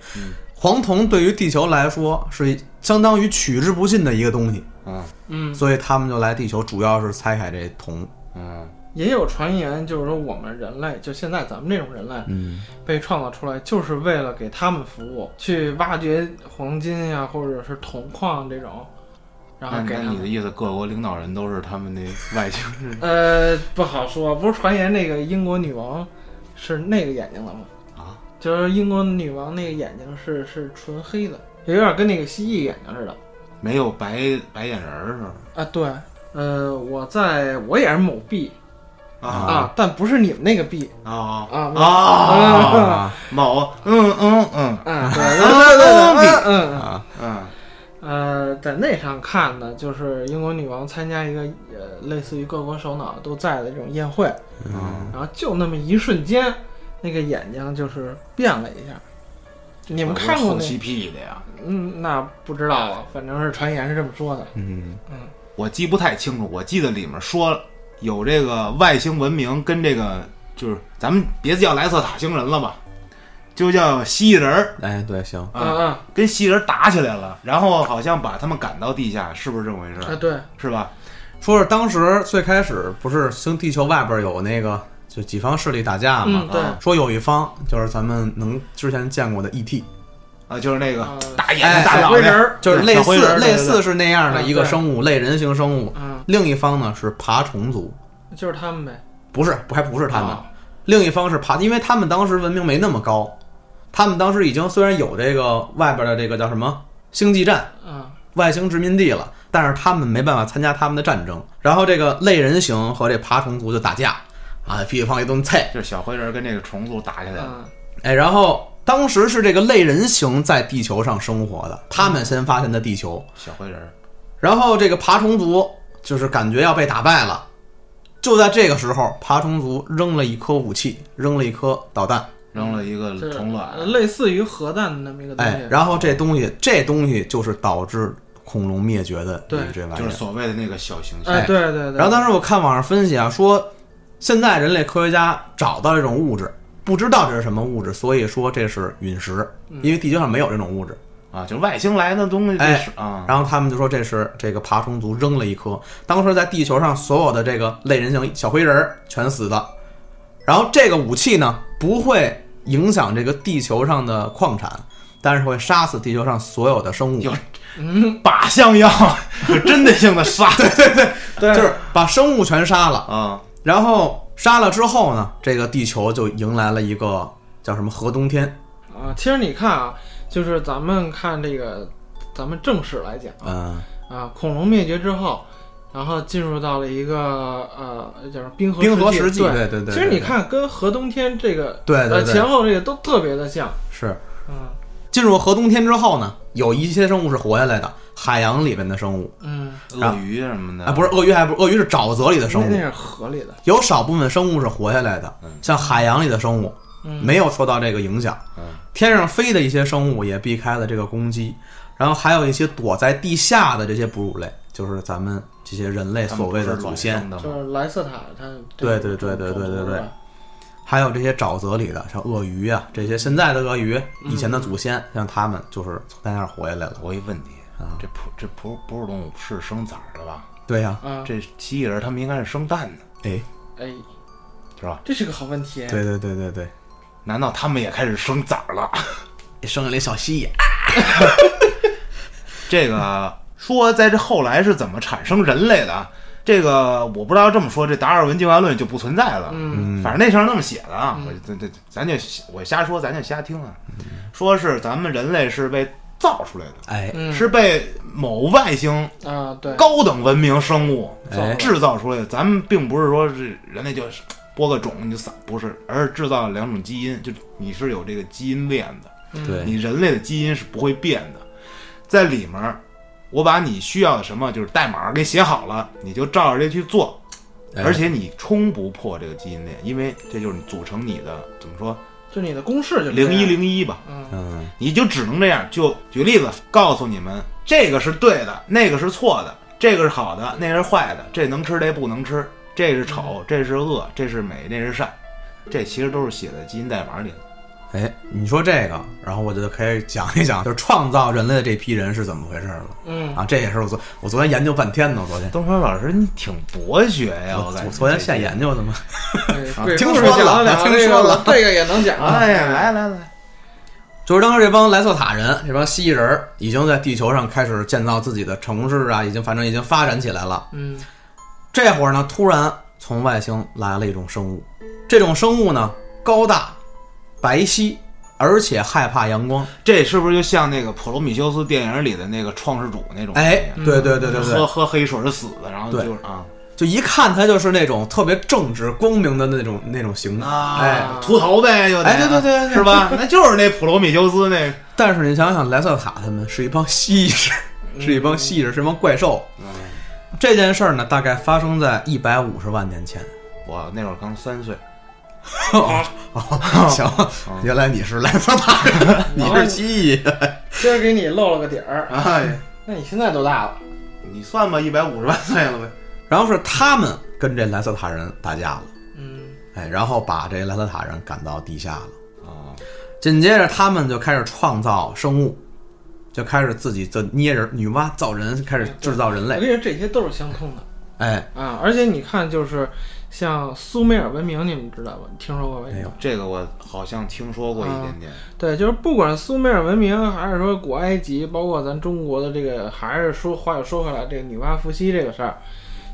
S1: 黄铜对于地球来说是相当于取之不尽的一个东西，
S2: 嗯
S3: 嗯，
S1: 所以他们就来地球主要是采采这铜。
S2: 嗯，
S3: 也有传言，就是说我们人类，就现在咱们这种人类，
S1: 嗯，
S3: 被创造出来就是为了给他们服务，去挖掘黄金呀、或者是铜矿这种，然后
S2: 那
S3: 给
S2: 那
S3: 他
S2: 你
S3: 们
S2: 的。意思，各国领导人都是他们的外星人
S3: 呃，不好说，不是传言那个英国女王是那个眼睛了吗？
S2: 啊？
S3: 就是英国女王那个眼睛是是纯黑的，有点跟那个蜥蜴眼睛似的。
S2: 没有白白眼人儿是吧？
S3: 啊，对，呃，我在我也是某币
S1: 啊
S3: 啊，但不是你们那个币
S2: 啊
S3: 啊
S2: 啊！
S1: 啊
S2: 某嗯嗯嗯
S3: 啊，对对对对，嗯嗯
S1: 啊，
S2: 嗯
S3: 呃，在那上看呢，就是英国女王参加一个呃类似于各国首脑都在的这种宴会，
S2: 嗯，
S3: 然后就那么一瞬间，那个眼睛就是变了一下。你们看过
S2: 后
S3: 那？
S2: 期 P 的呀？
S3: 嗯，那不知道了，反正是传言是这么说的。
S1: 嗯，
S2: 我记不太清楚，我记得里面说有这个外星文明跟这个就是咱们别叫莱瑟塔星人了吧，就叫蜥蜴人儿啊
S1: 哎，对，行，
S3: 嗯嗯
S2: 跟蜥蜴人打起来了，然后好像把他们赶到地下，是不是这么回
S3: 啊，
S2: 事？
S3: 对，
S2: 是吧？
S1: 说是当时最开始不是星地球外边有那个就几方势力打架嘛，
S3: 嗯对，
S2: 啊
S1: 说有一方就是咱们能之前见过的 E ET，
S2: 啊，就是那个
S3: 啊
S2: 大眼
S1: 哎
S2: 睛大
S3: 小
S2: 脑
S3: 灰
S2: 袋
S3: 人儿，
S1: 就是类
S2: 小灰人
S1: 似
S2: 儿
S1: 类
S2: 对对
S1: 似是那嗯样的一个生物，类人形生物。
S3: 嗯，
S1: 另一方呢是爬虫族，
S3: 就是他们呗。
S1: 不是不还不是他们，
S3: 啊
S1: 另一方是爬，因为他们当时文明没那么高，他们当时已经虽然有这个外边的这个叫什么星际战，
S3: 嗯
S1: 外星殖民地了，但是他们没办法参加他们的战争。然后这个类人形和这爬虫族就打架啊，噼里啪啦一顿菜。
S2: 就是小灰人跟这个虫族打起来了。
S3: 嗯
S1: 哎，然后当时是这个类人形在地球上生活的，他们先发现的地球。
S2: 小灰人儿，
S1: 然后这个爬虫族就是感觉要被打败了。就在这个时候，爬虫族扔了一颗武器，扔了一颗导弹，
S2: 扔了一个
S3: 就是
S2: 虫卵
S3: 呃，类似于核弹的那么一个东西。
S1: 啊哎，然后这东西，这东西就是导致恐龙灭绝的
S3: 对
S1: 这玩意
S2: 就
S1: 儿
S2: 是。所谓的那个小
S1: 嗯
S2: 行星。
S3: 哎，对对对。
S1: 然后当时我看网上分析啊，说现在人类科学家找到这种物质，不知道这是什么物质，所以说这是陨石，
S2: 嗯
S1: 因为地球上没有这种物质。
S2: 啊，就是外星来的东西，
S1: 哎
S2: 就是啊，
S1: 然后他们就说这是这个爬虫族扔了一颗，当时在地球上所有的这个类人形小灰人儿全死的。然后这个武器呢不会影响这个地球上的矿产，但是会杀死地球上所有的生物。
S2: 有靶向药，有针对性的杀
S3: 对，
S1: 就是把生物全杀了。
S2: 啊，
S1: 然后杀了之后呢，这个地球就迎来了一个叫什么核冬天。
S3: 啊，其实你看啊，就是咱们看这个，咱们正史来讲
S1: 嗯，
S3: 啊，恐龙灭绝之后，然后进入到了一个呃，叫什么冰河
S1: 冰河
S3: 时
S1: 时
S3: 期
S1: 期，
S3: 对
S1: 对对对。
S3: 其实你
S1: 对，
S3: 看，跟核冬天这个
S1: 对对
S3: 呃
S1: 对
S3: 前后这个都特别的像，
S1: 是
S3: 嗯
S1: 进入核冬天之后呢，有一些生物是活下来的，海洋里面的生物
S3: 嗯，
S2: 鳄鱼什么
S1: 啊，
S2: 的，
S1: 不是鳄鱼，还不是鳄鱼是沼泽里的
S3: 那
S1: 生
S3: 那
S1: 物，
S3: 是河里的，
S1: 有少部分生物是活下来的
S2: 嗯，
S1: 像海洋里的生物
S3: 嗯
S1: 没有受到这个影响
S2: 嗯。
S1: 天上飞的一些生物也避开了这个攻击，然后还有一些躲在地下的这些哺乳类，就是咱们这些人类
S2: 他们
S1: 所谓
S2: 不
S1: 的
S2: 是
S1: 祖
S2: 卵
S1: 先。
S2: 生的
S3: 就
S2: 吗
S3: 是莱瑟塔它
S1: 对对对对对对对还有这些沼泽里的像鳄鱼啊，这些现在的鳄鱼，以
S2: 嗯
S1: 前的祖先，像他们就是从那儿活下来了。
S2: 我一问题，
S1: 啊
S2: 这哺这哺哺乳动物是生崽儿的吧？
S1: 对呀、
S3: 啊，
S2: 这蜥蜴人他们应该是生蛋的，
S1: 哎，
S3: 哎，
S2: 是吧？
S3: 这是个好问题。
S1: 对对对对对，
S2: 难道他们也开始生崽儿了？
S1: 生下来小蜥蜴，
S2: 这个说在这后来是怎么产生人类的啊？这个我不知道这么说，这达尔文进化论就不存在了。
S3: 嗯，
S2: 反正那上那么写的啊，我这这咱就我瞎说，咱就瞎听啊。说是咱们人类是被造出来的，
S1: 哎，
S3: 嗯，
S2: 是被某外星
S3: 啊，对，
S2: 高等文明生物
S1: 哎
S2: 制造出来的。咱们并不是说是人类就是播个种你就散，不是，而是制造了两种基因，就你是有这个基因链的。
S1: 对，
S2: 你人类的基因是不会变的，在里面儿，我把你需要的什么就是代码给写好了，你就照着这去做，
S1: 哎
S2: 而且你冲不破这个基因链，因为这就是组成你的怎么说
S3: 就你的公式就
S2: 零一，零一吧，
S3: 嗯
S1: 嗯，
S2: 你就只能这样。就举例子，告诉你们这个是对的，那个是错的，这个是好的，那个是坏的，这能吃这不能吃，这是
S1: 嗯
S2: 丑，这是恶，这是美，那是善，这其实都是写在基因代码里的。
S1: 哎，你说这个，然后我就开始讲一讲，就是创造人类的这批人是怎么回事了
S3: 嗯，
S1: 啊？这也是我昨我昨天研究半天呢，我昨天
S2: 东川老师，你挺博学呀，
S1: 我
S2: 感
S1: 我
S2: 觉
S1: 昨天
S2: 这
S1: 现研究的嘛。
S3: 哎鬼
S1: 听
S3: 故事
S1: 说
S3: 讲
S1: 了啊
S3: 两
S1: 听
S3: 个这
S1: 说
S3: 个
S1: 了
S3: 这个也能讲啊，
S2: 哎，来来来，
S1: 就是当时这帮莱瑟塔人，这帮蜥蜴人儿已经在地球上开始建造自己的城市啊，已经反正已经发展起来了。
S3: 嗯
S1: 这会儿呢，突然从外星来了一种生物，这种生物呢高大、白皙，而且害怕阳光。
S2: 这是不是就像那个普罗米修斯电影里的那个创世主那种？
S1: 哎，对对对对
S2: 喝
S1: 对，
S2: 喝黑水儿死的，然后
S1: 对
S2: 就是啊
S1: 就一看他就是那种特别正直、光明的那种那种形象。
S2: 啊
S1: 哎
S2: 秃头呗，就得
S1: 哎对对对对对
S2: 是吧？那就是那普罗米修斯那
S1: 但是你想想，莱瑟塔他们是一帮蜥蜴人，是一帮蜥蜴人，是一帮怪兽。这件事儿呢，大概发生在一百五十万年前。
S2: 我那会儿刚三岁，
S1: 哦， 行，原来你是莱斯塔人，你是蜥蜴。
S3: 今儿给你露了个底儿。
S2: 哎，
S3: 那你现在多大了？
S2: 你算吧，一百五十万岁了呗。
S1: 然后是他们跟这莱斯塔人打架了，
S3: 嗯
S1: 哎，然后把这莱斯塔人赶到地下了。
S2: 啊，
S1: 紧接着他们就开始创造生物，就开始自己就捏人、女娲造人，开始制造人
S3: 我跟
S1: 类。
S3: 你说，这些都是相通的
S1: 哎，
S3: 啊。而且你看，就是像苏美尔文明，你们知道吧？听说过没
S1: 没有？
S2: 这个我好像听说过一点点。
S3: 对，就是不管苏美尔文明，还是说古埃及，包括咱中国的这个，还是说话又说回来，这个女娲伏羲这个事儿，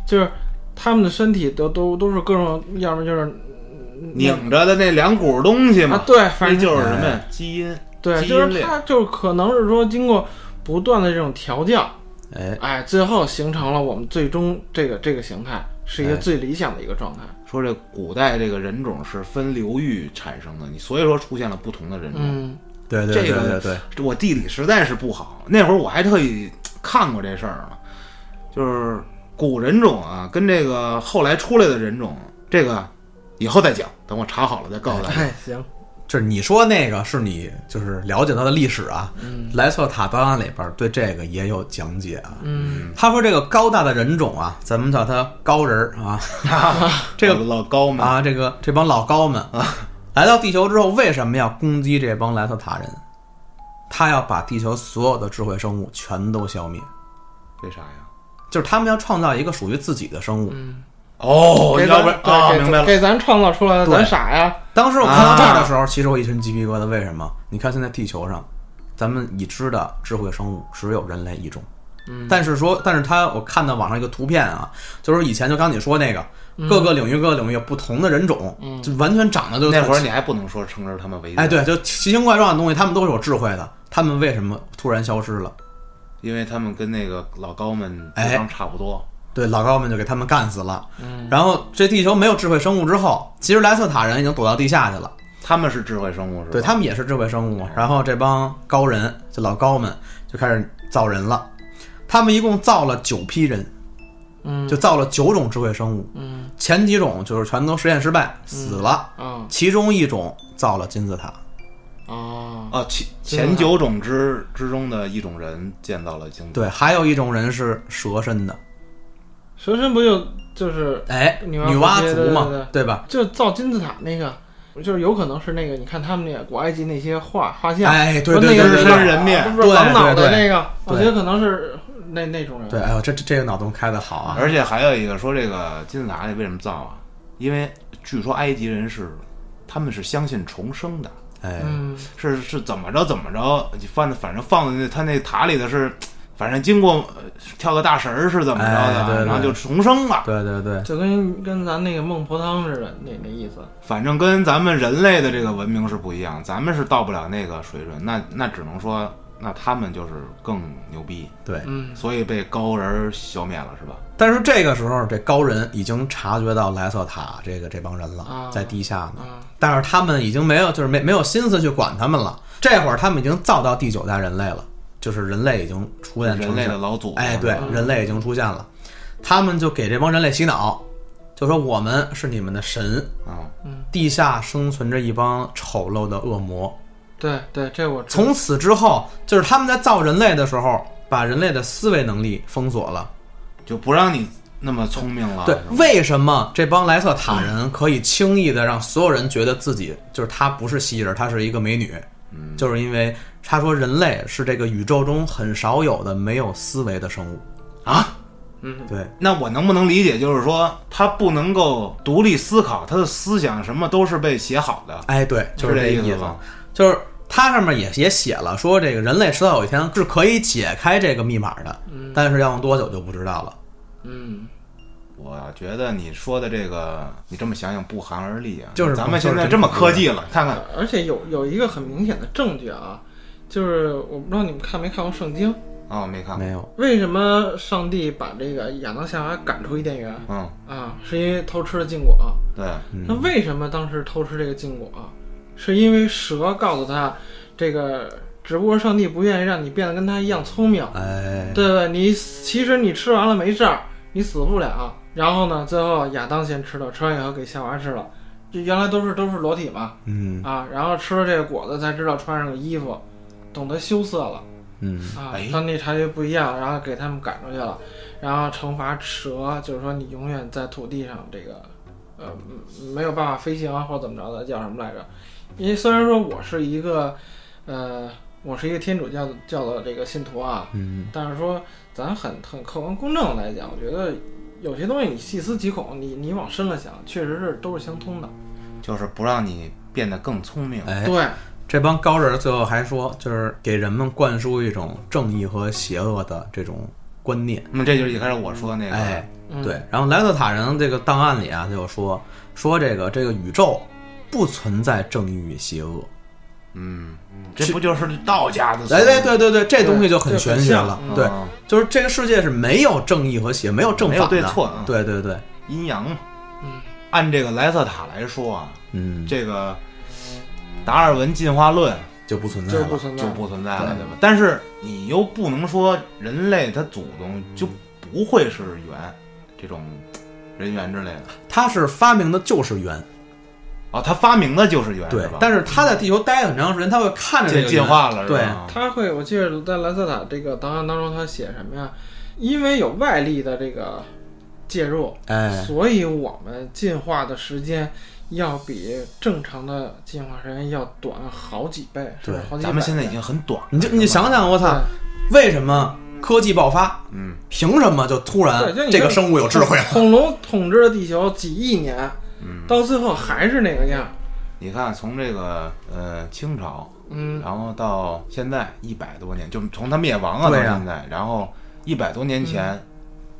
S3: 就是他们的身体都都都是各种，要么就是嗯
S2: 拧着的那两股东西
S3: 啊
S2: 嘛，，
S3: 对，反
S2: 那
S3: 正
S2: 就是什么呀？嗯基因，
S3: 对，
S2: 基
S3: 就
S2: 因
S3: 是
S2: 链。
S3: 它就是可能是说经过不断的这种调教，
S1: 哎，
S3: 哎，最后形成了我们最终这个这个形态，是一个
S1: 哎
S3: 最理想的一个状态。
S2: 说这古代这个人种是分流域产生的，你所以说出现了不同的人种。
S3: 嗯，
S1: 对对对
S2: 这个
S1: 对对，
S2: 我地理实在是不好，那会儿我还特意看过这事儿呢，就是古人种啊，跟这个后来出来的人种，这个以后再讲，等我查好了再告诉大家。
S3: 哎，行，
S1: 就是你说那个是你就是了解到的历史啊，莱瑟塔档案里边对这个也有讲解啊。
S3: 嗯，
S1: 他说这个高大的人种啊，咱们叫他高人儿啊。 这个
S2: 老高嘛，
S1: 啊，这个这帮老高们啊，来到地球之后，为什么要攻击这帮莱特塔人？他要把地球所有的智慧生物全都消灭，
S2: 为啥呀？
S1: 就是他们要创造一个属于自己的生物。
S2: 哦，
S3: 给咱
S2: 要不然
S3: 对
S2: 啊，
S3: 给
S2: 明白了，
S3: 给咱创造出来的，
S1: 对
S3: 咱傻呀？
S1: 当时我看到这儿的时候，其实我一身鸡皮疙瘩。为什么？你看现在地球上，咱们已知的智慧生物只有人类一种。但是说，但是他我看到网上一个图片啊，就是以前就刚你说那个，各个领域各个领域有不同的人种，就完全长得就
S2: 那
S1: 很
S2: 会儿你还不能说称之他们为人
S1: 哎，，对，就奇形怪状的东西，他们都是有智慧的，他们为什么突然消失了？
S2: 因为他们跟那个老高们智
S1: 哎
S2: 商差不多。
S1: 对，老高们就给他们干死了。然后这地球没有智慧生物之后，其实莱瑟塔人已经躲到地下去了。
S2: 他们是智慧生物是吧？
S1: 对他们也是智慧生物。然后这帮高人，就老高们就开始造人了。他们一共造了九批人，
S3: 嗯，
S1: 就造了九种智慧生物。
S3: 嗯
S1: 前几种就是全都实验失败死了，
S3: 啊
S1: 其中一种造了金字塔。嗯
S3: 啊，
S1: 哦
S2: 啊，前
S3: 真
S2: 前
S3: 的
S2: 九种之之中的一种人见到了精子，
S1: 对，还有一种人是蛇身的，
S3: 蛇身不就就是
S1: 哎，
S3: 女
S1: 女
S3: 哎娲
S1: 哎娲
S3: 伏羲
S1: 族嘛，
S3: 对对
S1: 对吧？
S3: 就造金字塔那个，就是有可能是那个，你看他们那个古埃及那些画画像，
S1: 哎，对
S3: 说
S1: 对对
S3: 那个
S1: 对
S3: 是
S2: 狮
S1: 对
S2: 身人面，
S3: 不是
S1: 对
S3: 王脑
S1: 对
S3: 袋
S1: 对
S3: 那个，我觉
S1: 对
S3: 得可能是那那种人。
S1: 对，哎呦，这这这个脑洞开的好啊！
S2: 而且还有一个说，这个金字塔里为什么造啊？因为据说埃及人是，他们是相信重生的，
S1: 哎，
S3: 嗯，
S2: 是是怎么着怎么着，放的反正放在那他那塔里的是，反正经过呃跳个大神儿是怎么着的，
S1: 哎对对
S2: 然后就重生了。
S1: 对对对，
S3: 就跟跟咱那个孟婆汤似的，那那意思。
S2: 反正跟咱们人类的这个文明是不一样，咱们是到不了那个水准，那那只能说，那他们就是更牛逼，
S1: 对，
S3: 嗯，
S2: 所以被高人儿消灭了，是吧？
S1: 但是这个时候，这高人已经察觉到莱瑟塔这个这帮人了
S3: 啊，
S1: 在地下呢。
S3: 啊，
S1: 但是他们已经没有，就是没没有心思去管他们了。这会儿他们已经造到第九代人类了，就是人类已经出现
S2: 人
S1: 成
S2: 类的老祖宗
S1: 哎，
S3: 啊
S1: 对，人类已经出现了。他们就给这帮人类洗脑，就说我们是你们的神，
S2: 嗯，
S1: 地下生存着一帮丑陋的恶魔。
S3: 对对，这我知道
S1: 从此之后，就是他们在造人类的时候，把人类的思维能力封锁了。
S2: 就不让你那么聪明了。
S1: 对
S2: 啊是吧，
S1: 为什么这帮莱瑟塔人可以轻易的让所有人觉得自己就是她不是蜥蜴人，她是一个美女？就是因为他说人类是这个宇宙中很少有的没有思维的生物。
S2: 啊，
S3: 嗯，
S1: 对，
S2: 那我能不能理解，就是说他不能够独立思考，他的思想什么都是被写好的，
S1: 哎，对，就是
S2: 是
S1: 这
S2: 这
S1: 意
S2: 意
S1: 思
S2: 思吧。
S1: 就是它上面也也写了，说这个人类迟早有一天是可以解开这个密码的，但是要用多久就不知道了。
S3: 嗯，
S2: 我觉得你说的这个，你这么想想不寒而栗啊。
S1: 就是
S2: 咱们
S1: 就是
S2: 现在这么科技了，看看
S3: 而且有有一个很明显的证据啊，就是我不知道你们看没看过圣经，
S2: 啊，我没看过，
S1: 没有，
S3: 为什么上帝把这个亚当夏娃赶出伊甸园
S2: 嗯，
S3: 啊？是因为偷吃了禁果。
S2: 对，
S3: 那为什么当时偷吃这个禁果？啊是因为蛇告诉他，这个只不过上帝不愿意让你变得跟他一样聪明，
S1: 哎，
S3: 对不对？你其实你吃完了没事儿，你死不了。然后呢，最后亚当先吃了，吃完以后给夏娃吃了。这原来都是都是裸体嘛，
S1: 嗯
S3: 啊，然后吃了这个果子才知道穿上个衣服，懂得羞涩了
S1: 嗯，
S3: 啊
S2: 哎。
S3: 上帝察觉不一样，然后给他们赶出去了，然后惩罚蛇，就是说你永远在土地上这个，呃，嗯没有办法飞行啊，或者怎么着的，叫什么来着？因为虽然说我是一个，呃，我是一个天主教教的这个信徒啊，
S1: 嗯，
S3: 但是说咱很很客观公正地来讲，我觉得有些东西你细思极恐，你你往深了想，确实是都是相通的。
S2: 就是不让你变得更聪明。
S1: 哎，
S3: 对，
S1: 这帮高人最后还说，就是给人们灌输一种正义和邪恶的这种观念。
S2: 那么这就是一开始我说那个，
S1: 哎，
S3: 嗯
S1: 对。然后莱特塔人这个档案里啊，就有说说这个这个宇宙不存在正义与邪恶。
S2: 嗯，这不就是道家的思
S1: 哎，
S2: 想？
S1: 对对对对，这东西就很
S3: 对
S1: 玄学了。
S3: 很像
S1: 对，
S2: 嗯
S1: 就是这个世界是没有正义和邪，没有正反的，
S2: 没有对错啊
S1: 对对对，
S2: 阴阳。
S3: 嗯，
S2: 按这个莱瑟塔来说啊，
S1: 嗯，
S2: 这个达尔文进化论
S1: 就不存在
S3: 就
S1: 了。
S3: 不存在
S2: 就不存在了，
S1: 对
S2: 对吧？但是你又不能说人类他祖
S1: 嗯
S2: 宗就不会是猿这种人猿之类的
S1: 他是发明的就是圆，
S2: 哦，他发明的就是猿，
S1: 对
S2: 是吧？。
S1: 但是他在地球待了很长时间，他会看着这
S2: 进
S1: 个
S2: 进
S1: 圆
S2: 化了，
S1: 对
S2: 是吧？
S3: 他会，我记得在莱瑟塔这个档案当中，他写什么呀？因为有外力的这个介入，
S1: 哎，
S3: 所以我们进化的时间要比正常的进化时间要短好几倍，是
S1: 对
S3: 好几
S2: 咱们
S3: 百
S2: 现在已
S3: 倍
S2: 经很短了，
S1: 你就是
S2: 吧
S1: 你想，想，我操，为什么科技爆发，
S2: 嗯，
S1: 凭什么就突然
S3: 对就你
S1: 这个
S3: 这
S1: 生物有智慧了？
S3: 恐龙统治了地球几亿年，到最后还是那个样儿。
S2: 你看从这个呃清朝，
S3: 嗯，
S2: 然后到现在一百多年，就从他灭亡啊到
S1: 对呀
S2: 现在，然后一百多年前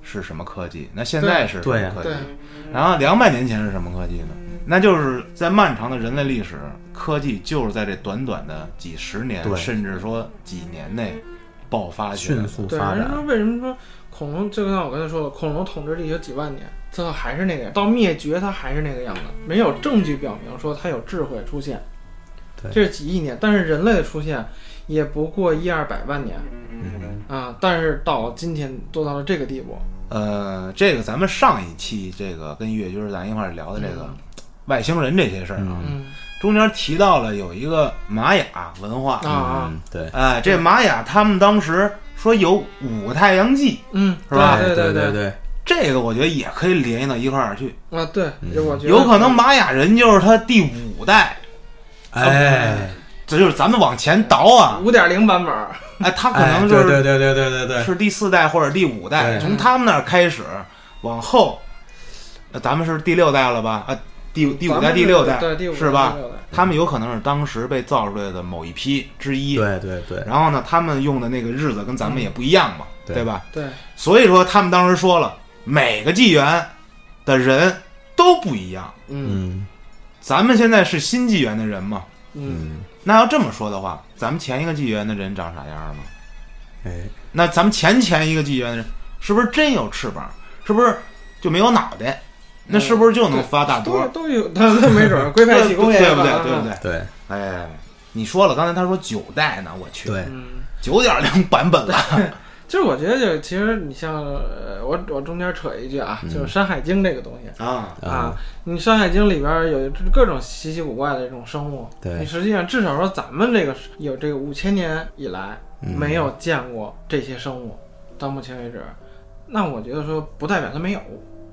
S2: 是什么科技？那现在是什
S1: 对
S2: 么
S1: 呀
S2: 科技
S3: 嗯对？，
S2: 然后两百年前是什么科技呢？那就是在漫长的人类历史，科技就是在这短短的几十年
S1: 对，
S2: 甚至说几年内爆发起来
S1: 迅速
S3: 对，
S1: 发
S3: 人家
S1: 展，
S3: 说为什么说恐龙，就像我刚才说的，恐龙统治地球几万年，最后还是那个样，到灭绝它还是那个样子，没有证据表明说它有智慧出现。
S1: 对
S3: 这是几亿年，但是人类的出现也不过一二百万年
S1: 嗯，
S3: 啊！但是到今天做到了这个地步，
S2: 呃，这个咱们上一期这个跟岳军儿咱一块儿聊的这个外星人这些事儿啊，
S3: 嗯
S2: 中间提到了有一个玛雅文化
S3: 啊，啊，
S1: 嗯，对，
S2: 哎，这玛雅他们当时说有五个太阳系，
S3: 嗯，
S2: 是吧
S3: 对
S1: 对
S3: 对
S1: 对
S3: 对
S1: 对，
S2: 这个我觉得也可以联系到一块儿去，
S3: 啊，对，我觉得
S2: 有可能玛雅人就是他第五古代，
S3: 啊
S1: 哎，
S2: 这就是咱们往前倒啊，
S3: 五点零版本儿，
S2: 哎，他可
S1: 哎
S2: 能
S1: 对
S2: 就是、
S1: 对对对对对对，
S2: 是第四代或者第五
S1: 对
S2: 代，从他们那儿开始往后，呃咱们是第六代了吧？啊，第第五
S3: 咱们
S2: 代、
S3: 是
S2: 第六代
S3: 对第五代
S2: 是吧
S3: 第六代？
S2: 他们有可能是当时被造出来的某一批之一。
S3: 嗯
S1: 对对对，
S2: 然后呢，他们用的那个日子跟咱们也不一样嘛，
S1: 对
S2: 对吧？
S3: 对，
S2: 所以说他们当时说了，每个纪元的人都不一样。
S3: 嗯
S1: 嗯
S2: 咱们现在是新纪元的人嘛，
S3: 嗯，
S1: 嗯，
S2: 那要这么说的话，咱们前一个纪元的人长啥样吗？
S1: 哎，
S2: 那咱们前前一个纪元的人，是不是真有翅膀？是不是就没有脑袋？那是不是就能发大波
S3: 都？都有，他他没准 儿龟派
S2: 对
S3: 气
S2: 不
S3: 功也
S2: 对？对
S3: 有
S2: 不对
S3: 啊？
S2: 对不对？
S1: 对
S2: 哎，你说了，刚才他说九代呢，我去，
S1: 对，
S3: 嗯，
S2: 九点零版本了，
S3: 就是我觉得，就是其实你像呃我我中间扯一句
S1: 嗯
S3: 啊，就是《山海经》这个东西，
S2: 啊，
S3: 啊，你《山海经》里边儿有各种稀奇古怪的这种生物，
S1: 对
S3: 你实际上至少说咱们这个是有这个五千年以来
S1: 嗯
S3: 没有见过这些生物，到目前为止，那我觉得说不代表它没有，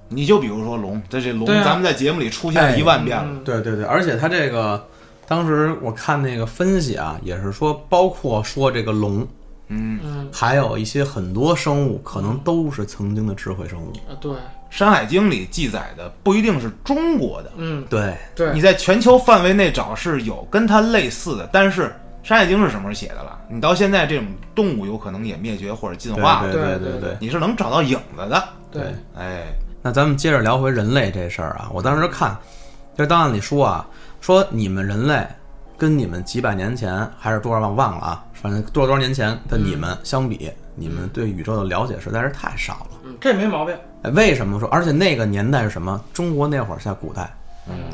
S2: 你就比如说龙，这这龙，
S3: 对啊
S2: 咱们在节目里出
S1: 哎
S2: 现一万遍了，
S3: 嗯，
S1: 对对对，而且它这个当时我看那个分析啊，也是说，包括说这个龙，
S2: 嗯，
S3: 嗯
S1: 还有一些很多生物，可能都是曾经的智慧生物。
S3: 啊对，
S2: 《山海经》里记载的不一定是中国的，
S3: 嗯
S1: 对，
S3: 对
S2: 你，在全球范围内找是有跟它类似的，但是《山海经》是什么时候写的了？你到现在这种动物有可能也灭绝或者进
S1: 对
S2: 化了，
S1: 对
S3: 对
S1: 对
S3: 对
S1: 对。
S2: 你是能找到影子的。
S3: 对，
S2: 哎，
S1: 那咱们接着聊回人类这事儿啊，我当时看，就是档案里说啊，说你们人类跟你们几百年前还是多少忘忘了啊，反正多少多少年前的你们相比，你们对宇宙的了解实在是太少了。
S3: 嗯，这没毛病，
S1: 哎，为什么说？而且那个年代是什么？中国那会儿在古代，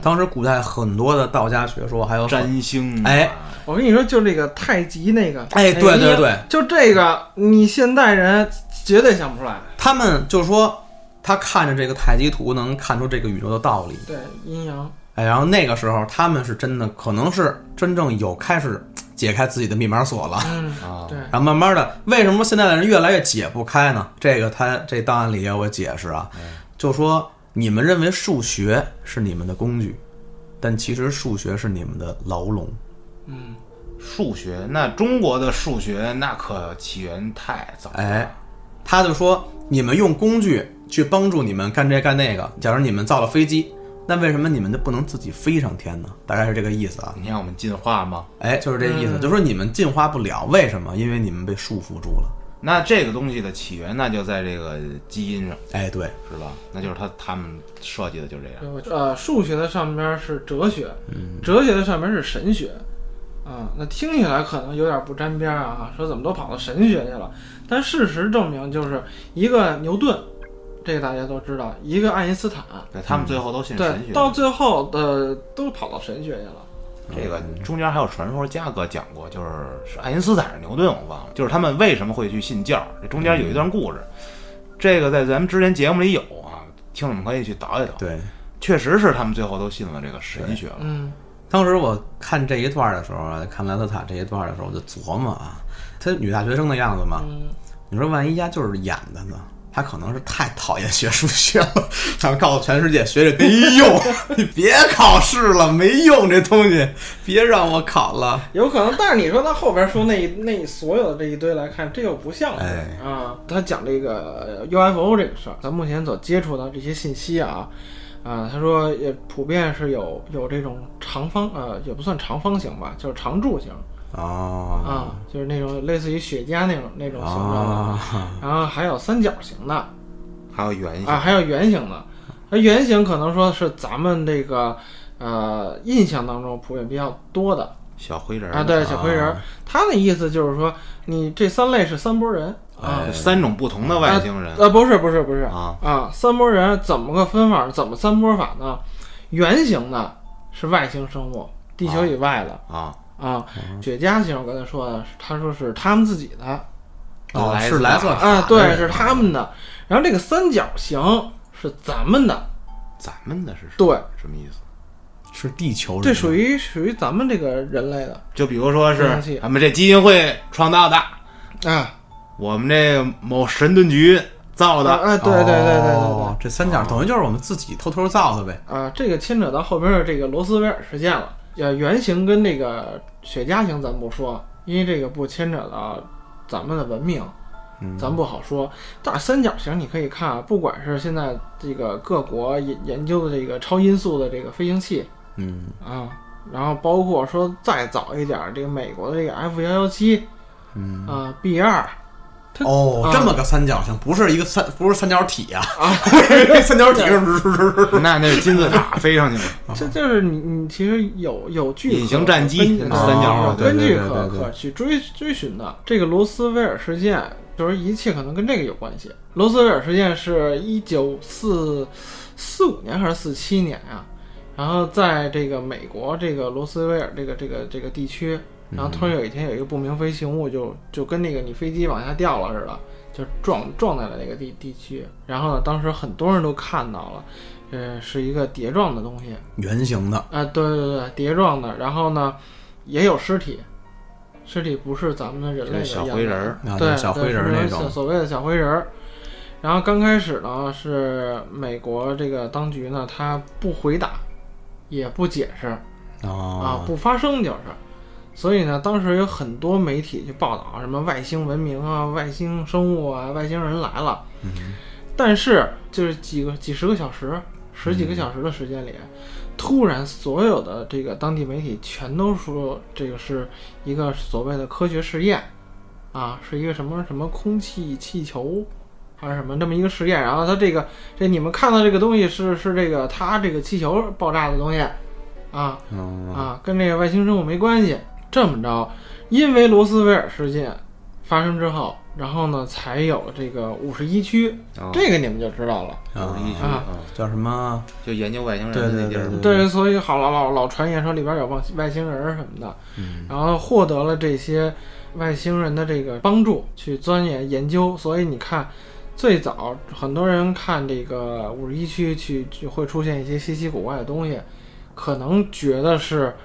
S1: 当时古代很多的道家学说，还有很
S2: 占星、啊，
S1: 呃哎，
S3: 我跟你说，就这个太极那个，
S1: 哎对
S3: 你
S1: 对对
S3: 就这个，你现代人绝对想不出来，
S1: 他们就说他看着这个太极图能看出这个宇宙的道理。
S3: 对，阴阳，
S1: 哎，然后那个时候他们是真的，可能是真正有开始解开自己的密码锁了。
S3: 嗯，
S2: 啊
S3: 对，
S1: 然后慢慢的，为什么现在的人越来越解不开呢？这个他这档案里也有解释啊，就说你们认为数学是你们的工具，但其实数学是你们的牢笼。
S3: 嗯，
S2: 数学，那中国的数学那可起源太早了。
S1: 哎，他就说你们用工具去帮助你们干这干那个。假如你们造了飞机，那为什么你们就不能自己飞上天呢？大概是这个意思啊。
S2: 你看我们进化吗？
S1: 哎，就是这意思，就说你们进化不了，为什么？因为你们被束缚住了。
S2: 那这个东西的起源，那就在这个基因上，
S1: 哎，对，
S2: 是吧？那就是他他们设计的就这样。
S3: 对我呃，数学的上边是哲学，
S2: 嗯
S3: 哲学的上边是神学，啊、那听起来可能有点不沾边儿啊，说怎么都跑到神学去了，但事实证明，就是一个牛顿，这个大家都知道，一个爱因斯坦，
S2: 对他们最后都信神
S3: 对，
S2: 学，
S3: 到最后的都跑到神学去了，
S2: 这个中间还有传说，嘉哥讲过，就是是爱因斯坦还是牛顿，我忘了，就是他们为什么会去信教，这中间有一段故事，这个在咱们之前节目里有啊，听众们可以去倒一倒。
S1: 对。
S2: 确实是他们最后都信了这个神学了。
S3: 嗯
S1: 当时我看这一段的时候啊，看莱斯塔这一段的时候，我就琢磨啊，她女大学生的样子嘛，
S3: 嗯，
S1: 你说万一丫就是演的呢？她可能是太讨厌学数学了，想告诉全世界学这没用， 你别考试了，没用这东西，别让我考了。
S3: 有可能，但是你说他后边说那一那一所有的这一堆来看，这又不像是
S1: 哎
S3: 啊。他讲这个呃 UFO 这个事儿，咱目前所接触到这些信息啊，啊，他说也普遍是有有这种长方呃，也不算长方形吧，就是长柱形
S1: 哦
S3: 啊，就是那种类似于雪茄那种那
S1: 啊
S3: 种形状的，
S1: 哦，
S3: 然后还有三角形的
S2: 还有原型，
S3: 啊，还有圆形的。而圆形可能说是咱们这个呃印象当中普遍比较多的，
S2: 小灰人儿
S3: 啊，对，小灰人儿，他的意思就是说，你这三类是三拨人啊
S1: 哎
S2: 呃三种不同的外星人
S3: 呃，不是不是不是
S2: 啊
S3: 啊，三拨人怎么个分法？怎么三拨法呢？圆形的是外星生物，地球以外的
S2: 啊，
S3: 啊，雪茄型我刚才说的，他说是他们自己的
S1: 哦，
S2: 莱斯
S1: 是莱斯塔
S3: 啊，对，
S1: 哎
S3: 是他们的。然后这个三角形是咱们的，
S2: 咱们的是什
S3: 对，
S2: 什么意思？
S1: 是地球人，
S3: 这属于属于咱们这个人类的
S2: 就比如说
S3: 不能
S2: 是
S3: 记
S2: 咱们这基因会创造的，
S3: 啊
S2: 我们这某神盾局造
S3: 啊
S2: 的，
S3: 啊，对对对对对对
S1: 哦。这三角等于就是我们自己偷偷造的呗。
S3: 啊，这个牵扯到后边的这个罗斯威尔事件了呃，原型跟这个雪茄型咱不说，因为这个不牵扯到咱们的文明，
S1: 嗯
S3: 咱不好说。大三角形你可以看啊，不管是现在这个各国研研究的这个超音速的这个飞行器
S1: 嗯
S3: 啊，然后包括说再早一点儿，这个美国的这个 F 幺幺七
S1: 嗯，
S3: 啊 B 二
S1: 哦
S3: 啊，
S1: 这么个三角形，不是一个三，不是三角体啊，
S3: 啊，
S1: 三角体是
S2: 那那是金字塔飞 上去了，
S3: 这就是你你其实有有据可
S2: 隐形战机
S3: 根据
S2: 三角
S1: 哦
S2: 啊，
S1: 对
S2: 对
S3: 根
S1: 对
S3: 据
S1: 对
S3: 可
S1: 对
S3: 可去追追寻的。这个罗斯威尔事件，就是一切可能跟这个有关系。罗斯威尔事件是一九四四五年还是四七年啊？然后在这个美国这个罗斯威尔这个这个这个地区，然后突然有一天有一个不明飞行物就就跟那个你飞机往下掉了似的，就撞撞在了那个地地区。然后呢，当时很多人都看到了，呃，是一个碟状的东西。
S1: 圆形的，
S3: 啊，对对对，碟状的，然后呢，也有尸体，尸体不是咱们人类
S2: 这
S3: 的
S2: 小
S3: 样
S2: 灰
S3: 子
S2: 人儿，
S1: 啊，
S3: 对，
S1: 小
S3: 对
S1: 灰人儿那
S3: 所
S1: 种，
S3: 所谓的小灰人儿。然后刚开始呢，是美国这个当局呢，他不回答，也不解释啊，
S1: 哦，
S3: 不发声就是。所以呢，当时有很多媒体去报道什么外星文明啊、外星生物啊、外星人来了，
S1: 嗯
S3: 但是就是几个几十个小时、十几个小时的时间里，突然所有的这个当地媒体全都说这个是一个所谓的科学实验，啊，是一个什么什么空气气球。还是什么这么一个实验，然后它这个这你们看到这个东西是是这个它这个气球爆炸的东西，啊，
S1: 嗯
S3: 啊，跟这个外星生物没关系。这么着，因为罗斯威尔事件发生之后，然后呢，才有了这个五十一区，
S2: 啊
S3: 这个你们就知道了。
S2: 五十一区
S1: 啊，
S2: 啊，
S3: 啊
S1: 叫什么？
S2: 就研究外星
S1: 对
S2: 人
S1: 对
S2: 的那地儿嗯
S1: 对
S2: 嘛。
S3: 对，所以好老老老传言说里边有外外星人儿什么的，
S1: 嗯
S3: 然后获得了这些外星人的这个帮助，去钻研研究。所以你看，最早很多人看这个五十一区去去会出现一些稀奇古怪的东西，可能觉得是，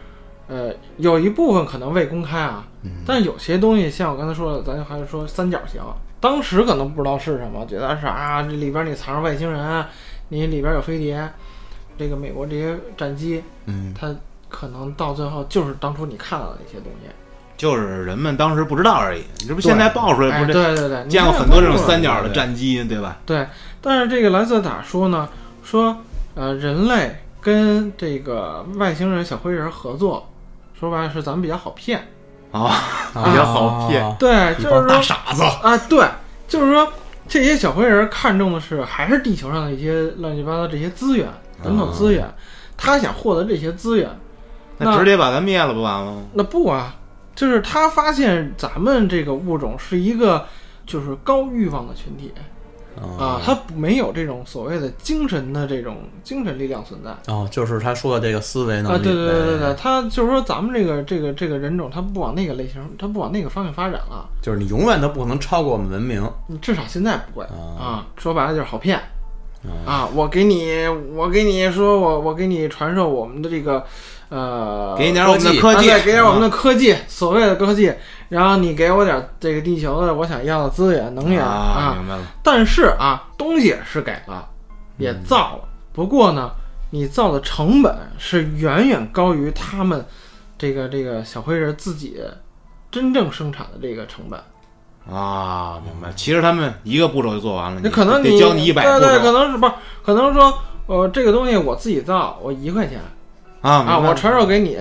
S3: 呃，有一部分可能未公开啊，
S1: 嗯，
S3: 但有些东西像我刚才说的，咱还是说三角形，当时可能不知道是什么，觉得是啊，这里边你藏着外星人，啊你里边有飞碟，这个美国这些战机，
S1: 嗯
S3: 它可能到最后就是当初你看到的那些东西。
S2: 就是人们当时不知道而已。这不现在爆出来，
S3: 哎，
S2: 不是
S3: 对对对，
S2: 这见过很多这种
S3: 你看
S2: 三角的战机，对吧？
S3: 对，但是这个兰瑟塔说呢，说呃，人类跟这个外星人小灰人合作，说白了是咱们比较好骗。
S2: 啊，
S1: 比较
S3: 比较
S2: 好骗
S1: 啊
S3: 对，
S1: 哦一
S3: 就
S1: 帮
S3: 是
S1: 大
S3: 说
S1: 傻子，
S3: 啊，对，就是说这些小灰人看重的是还是地球上的一些乱七八糟这些资源等等
S1: 啊
S3: 资源，他想获得这些资源，
S2: 那直接把它灭了不完了吗？
S3: 那不啊，就是他发现咱们这个物种是一个就是高欲望的群体
S1: 哦
S3: 啊，他没有这种所谓的精神的这种精神力量存在。
S1: 哦，就是他说的这个思维能力哎
S3: 啊，对对对对
S1: 呗
S3: 对，，他就是说咱们这个这个这个人种，他不往那个类型，他不往那个方向发展了。
S1: 就是你永远都不可能超过我们文明
S3: 你至少现在不会
S1: 啊，
S3: 啊，说白了就是好骗。
S1: 哦
S3: 啊，我给你，我给你说，我我给你传授我们的这个，呃，
S2: 给你点我们的
S3: 啊
S2: 科技，
S3: 对给点我们的科技，所谓的科技，然后你给我点这个地球的我想要的资源能源
S2: 啊，明白嗯了，
S3: 但是啊，东西是给了，也造了，不过呢，你造的成本是远远高于他们这个这个小灰人自己真正生产的这个成本。
S2: 啊，明白。其实他们一个步骤就做完了，
S3: 那可能
S2: 得
S3: 你
S2: 教你一百步
S3: 对对，
S2: 骤
S3: 可能是不是？可能说，呃，这个东西我自己造，我一块钱
S2: 啊
S3: 啊，
S2: 明白
S3: 我
S2: 了
S3: 传授给你，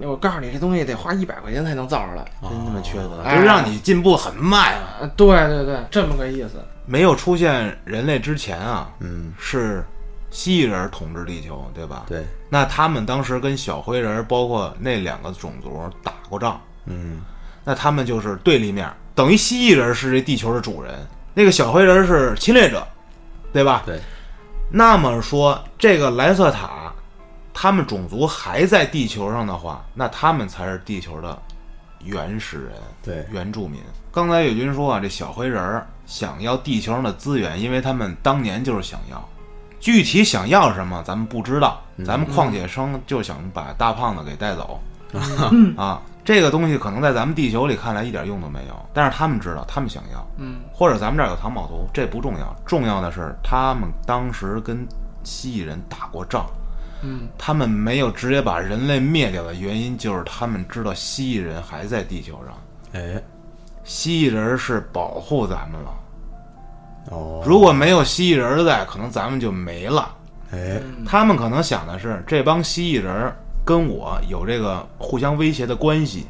S3: 你我告诉你，这东西得花一百块钱才能造出来。
S2: 真他妈缺德，
S3: 哎
S2: 就让你进步很慢啊。
S3: 啊，对对对，这么个意思。
S2: 没有出现人类之前啊，
S1: 嗯，
S2: 是蜥蜴人统治地球，对吧？
S1: 对，
S2: 那他们当时跟小灰人，包括那两个种族打过仗，
S1: 嗯
S2: 那他们就是对立面，等于蜥蜴人是这地球的主人，那个小灰人是侵略者，对吧？
S1: 对。
S2: 那么说，这个莱瑟塔，他们种族还在地球上的话，那他们才是地球的原始人。
S1: 对，
S2: 原住民。刚才友军说啊，这小灰人儿想要地球上的资源，因为他们当年就是想要，具体想要什么咱们不知道，咱们况且生就想把大胖子给带走，啊，这个东西可能在咱们地球里看来一点用都没有，但是他们知道，他们想要，
S3: 嗯，
S2: 或者咱们这儿有藏宝图，这不重要，重要的是他们当时跟蜥蜴人打过仗，
S3: 嗯
S2: 他们没有直接把人类灭掉的原因，就是他们知道蜥蜴人还在地球上，
S1: 哎，
S2: 蜥蜴人是保护咱们了。
S1: 哦，
S2: 如果没有蜥蜴人在，可能咱们就没了。
S1: 哎，
S3: 嗯
S2: 他们可能想的是，这帮蜥蜴人跟我有这个互相威胁的关系，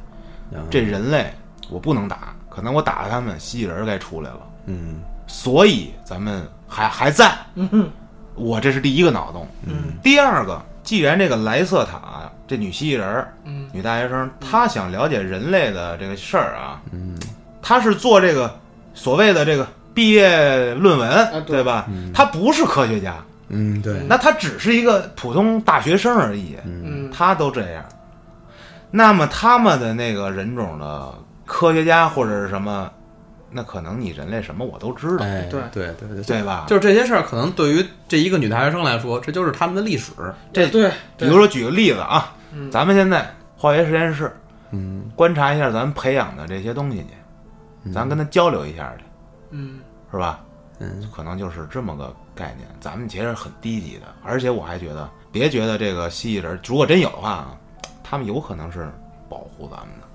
S3: 嗯
S2: 这人类我不能打，可能我打了他们，蜥蜴人该出来了。
S1: 嗯
S2: 所以咱们还还在。
S3: 嗯
S2: 我这是第一个脑洞。
S3: 嗯
S2: 第二个，既然这个莱瑟塔这女蜥蜴人儿
S3: 嗯
S2: 女大学生，她想了解人类的这个事儿啊，嗯，她是做这个所谓的这个毕业论文，
S3: 啊对
S2: 对吧？她不是科学家，
S1: 嗯，对，
S2: 那她只是一个普通大学生而已，
S3: 嗯
S2: 她都这样。那么他们的那个人种的科学家或者是什么，那可能你人类什么我都知道，
S1: 哎，
S3: 对
S1: 对对对，
S2: 对吧？
S1: 就是这些事儿，可能对于这一个女大学生来说，这就是他们的历史。
S2: 这
S3: 对，
S2: 比如说举个例子啊，
S3: 嗯
S2: 咱们现在化学实验室
S1: 嗯
S2: 观察一下咱们培养的这些东西去，咱跟他交流一下去，
S3: 嗯
S2: 是吧？
S1: 嗯，
S2: 可能就是这么个概念。咱们其实很低级的，而且我还觉得，别觉得这个蜥蜴人如果真有的话啊，他们有可能是保护咱们的。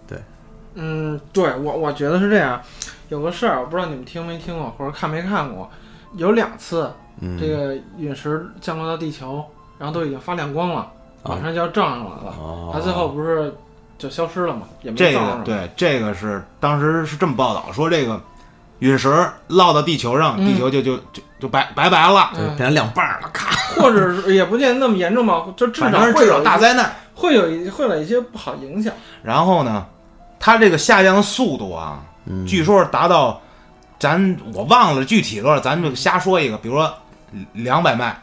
S3: 嗯，对我我觉得是这样。有个事儿，我不知道你们听没听过，或者看没看过，有两次
S1: 嗯
S3: 这个陨石降落到地球，然后都已经发亮光了，马上就要撞上来了，
S1: 哦，
S3: 它最后不是就消失了吗？也没
S2: 这
S3: 撞
S2: 个
S3: 上。
S2: 对，这个是当时是这么报道说，这个陨石落到地球上，
S3: 嗯
S2: 地球就就就就拜拜拜了，
S1: 就变成两半儿了，咔，
S3: 或者是也不见得那么严重吧，就至
S2: 反
S3: 少
S2: 正是
S3: 会
S2: 至
S3: 有
S2: 少
S3: 一
S2: 大灾难。
S3: 会有一会有一些不好影响。
S2: 然后呢，它这个下降的速度啊，
S1: 嗯
S2: 据说是达到，咱我忘了具体多少，咱们就瞎说一个，比如说两百迈，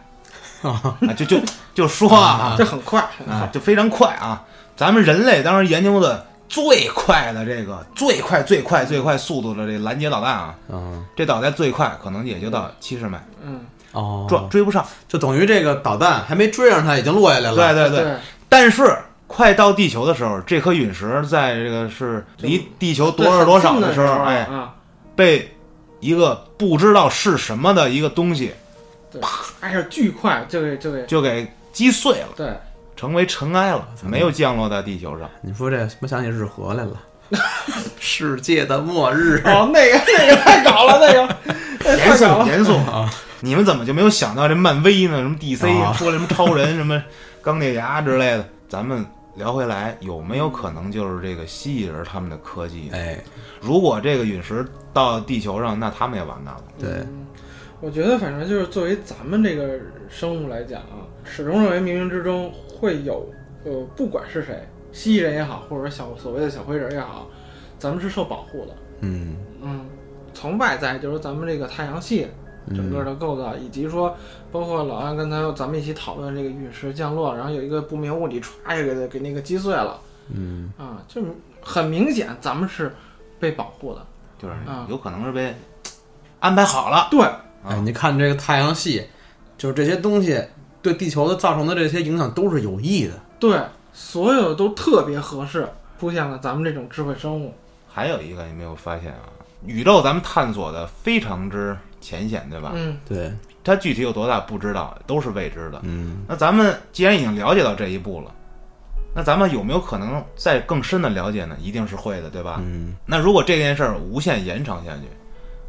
S2: 啊，就就就说啊，
S3: 这很快，
S2: 啊，就非常快啊。咱们人类当时研究的最快的这个最快最快最快速度的这拦截导弹啊，
S1: 嗯
S2: 这导弹最快可能也就到七十迈，
S3: 嗯，
S1: 哦，
S2: 追追不上。
S1: 就等于这个导弹还没追上它，已经落下来了。
S2: 对对对，
S3: 对，
S2: 但是快到地球的时候，这颗陨石在这个是离地球多少
S3: 很
S2: 多少
S3: 近的
S2: 的时候，哎，
S3: 啊，
S2: 被一个不知道是什么的一个东西
S3: 哎呀，巨快，就给就给
S2: 就给击碎了，
S3: 对，
S2: 成为尘埃了，
S3: 嗯
S2: 没有降落在地球 上。
S1: 你说这，我想起日和来 了，世界的末 日。
S3: 哦，那个那个太搞了，那个那个
S2: 严
S3: 太
S2: 肃
S3: 搞了，
S2: 严肃，啊 你们怎么就没有想到这漫威呢？什么 DC
S1: 啊
S2: 说什么超人、什 么钢铁侠之类的？咱们聊回来，有没有可能就是这个蜥蜴人他们的科技呢？
S1: 哎，
S2: 如果这个陨石到地球上，那他们也完蛋了。
S1: 对，
S3: 嗯我觉得反正就是作为咱们这个生物来讲啊，始终认为冥冥之中会有，呃，不管是谁，蜥蜴人也好，或者说小所谓的小灰人也好，咱们是受保护的。
S1: 嗯
S3: 嗯，从外在就是咱们这个太阳系整个的构造，以及说包括老安刚才咱们一起讨论这个陨石降落，然后有一个不明物体歘就给它给那个击碎了
S1: 嗯，
S3: 啊，就是很明显咱们是被保护的。
S2: 就是
S3: 嗯
S2: 有可能是被安排好了。
S3: 对，
S1: 哎，你看这个太阳系，就是这些东西对地球的造成的这些影响都是有益的。
S3: 对，所有都特别合适，出现了咱们这种智慧生物。
S2: 还有一个你没有发现啊，宇宙咱们探索的非常之浅显，对吧？
S3: 嗯
S1: 对，
S2: 它具体有多大不知道，都是未知的。
S1: 嗯，
S2: 那咱们既然已经了解到这一步了，那咱们有没有可能再更深的了解呢？一定是会的，对吧？
S1: 嗯
S2: 那如果这件事儿无限延长下去，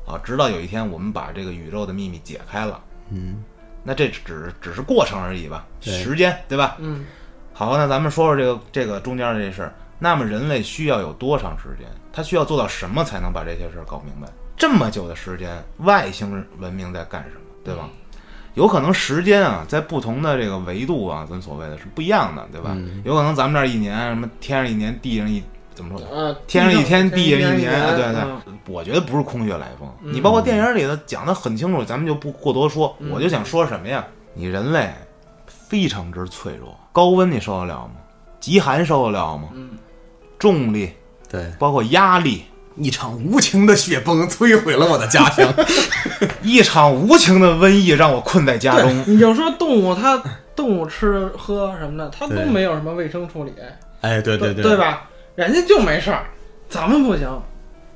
S2: 啊，直到有一天我们把这个宇宙的秘密解开了，
S1: 嗯，
S2: 那这只只是过程而已吧，
S1: 对
S2: 时间，对吧？
S3: 嗯，
S2: 好，那咱们说说这个这个中间这事儿。那么人类需要有多长时间？他需要做到什么才能把这些事儿搞明白？这么久的时间，外星文明在干什么？对吧？有可能时间啊，在不同的这个维度啊，咱所谓的是不一样的，对吧？有可能咱们这儿一年，什么天上一年，地上一怎么说？
S3: 呃，
S2: 天上一天，地上
S3: 上
S2: 一
S3: 年，
S2: 年，啊对对
S3: 嗯，
S2: 我觉得不是空穴来风。你包括电影里的讲的很清楚，咱们就不过多说。
S3: 嗯
S2: 我就想说什么呀？你人类非常之脆弱，高温你受得了吗？极寒受得了吗？
S3: 嗯
S2: 重力
S1: 对，
S2: 包括压力，
S1: 一场无情的雪崩摧毁了我的家 乡。
S2: 一场无情的瘟疫让我困在家中。
S3: 你就说动物它，动物吃喝什么的，它都
S1: 对
S3: 没有什么卫生处理，
S1: 哎，对对
S3: 对吧？人家就没事儿，咱们不行。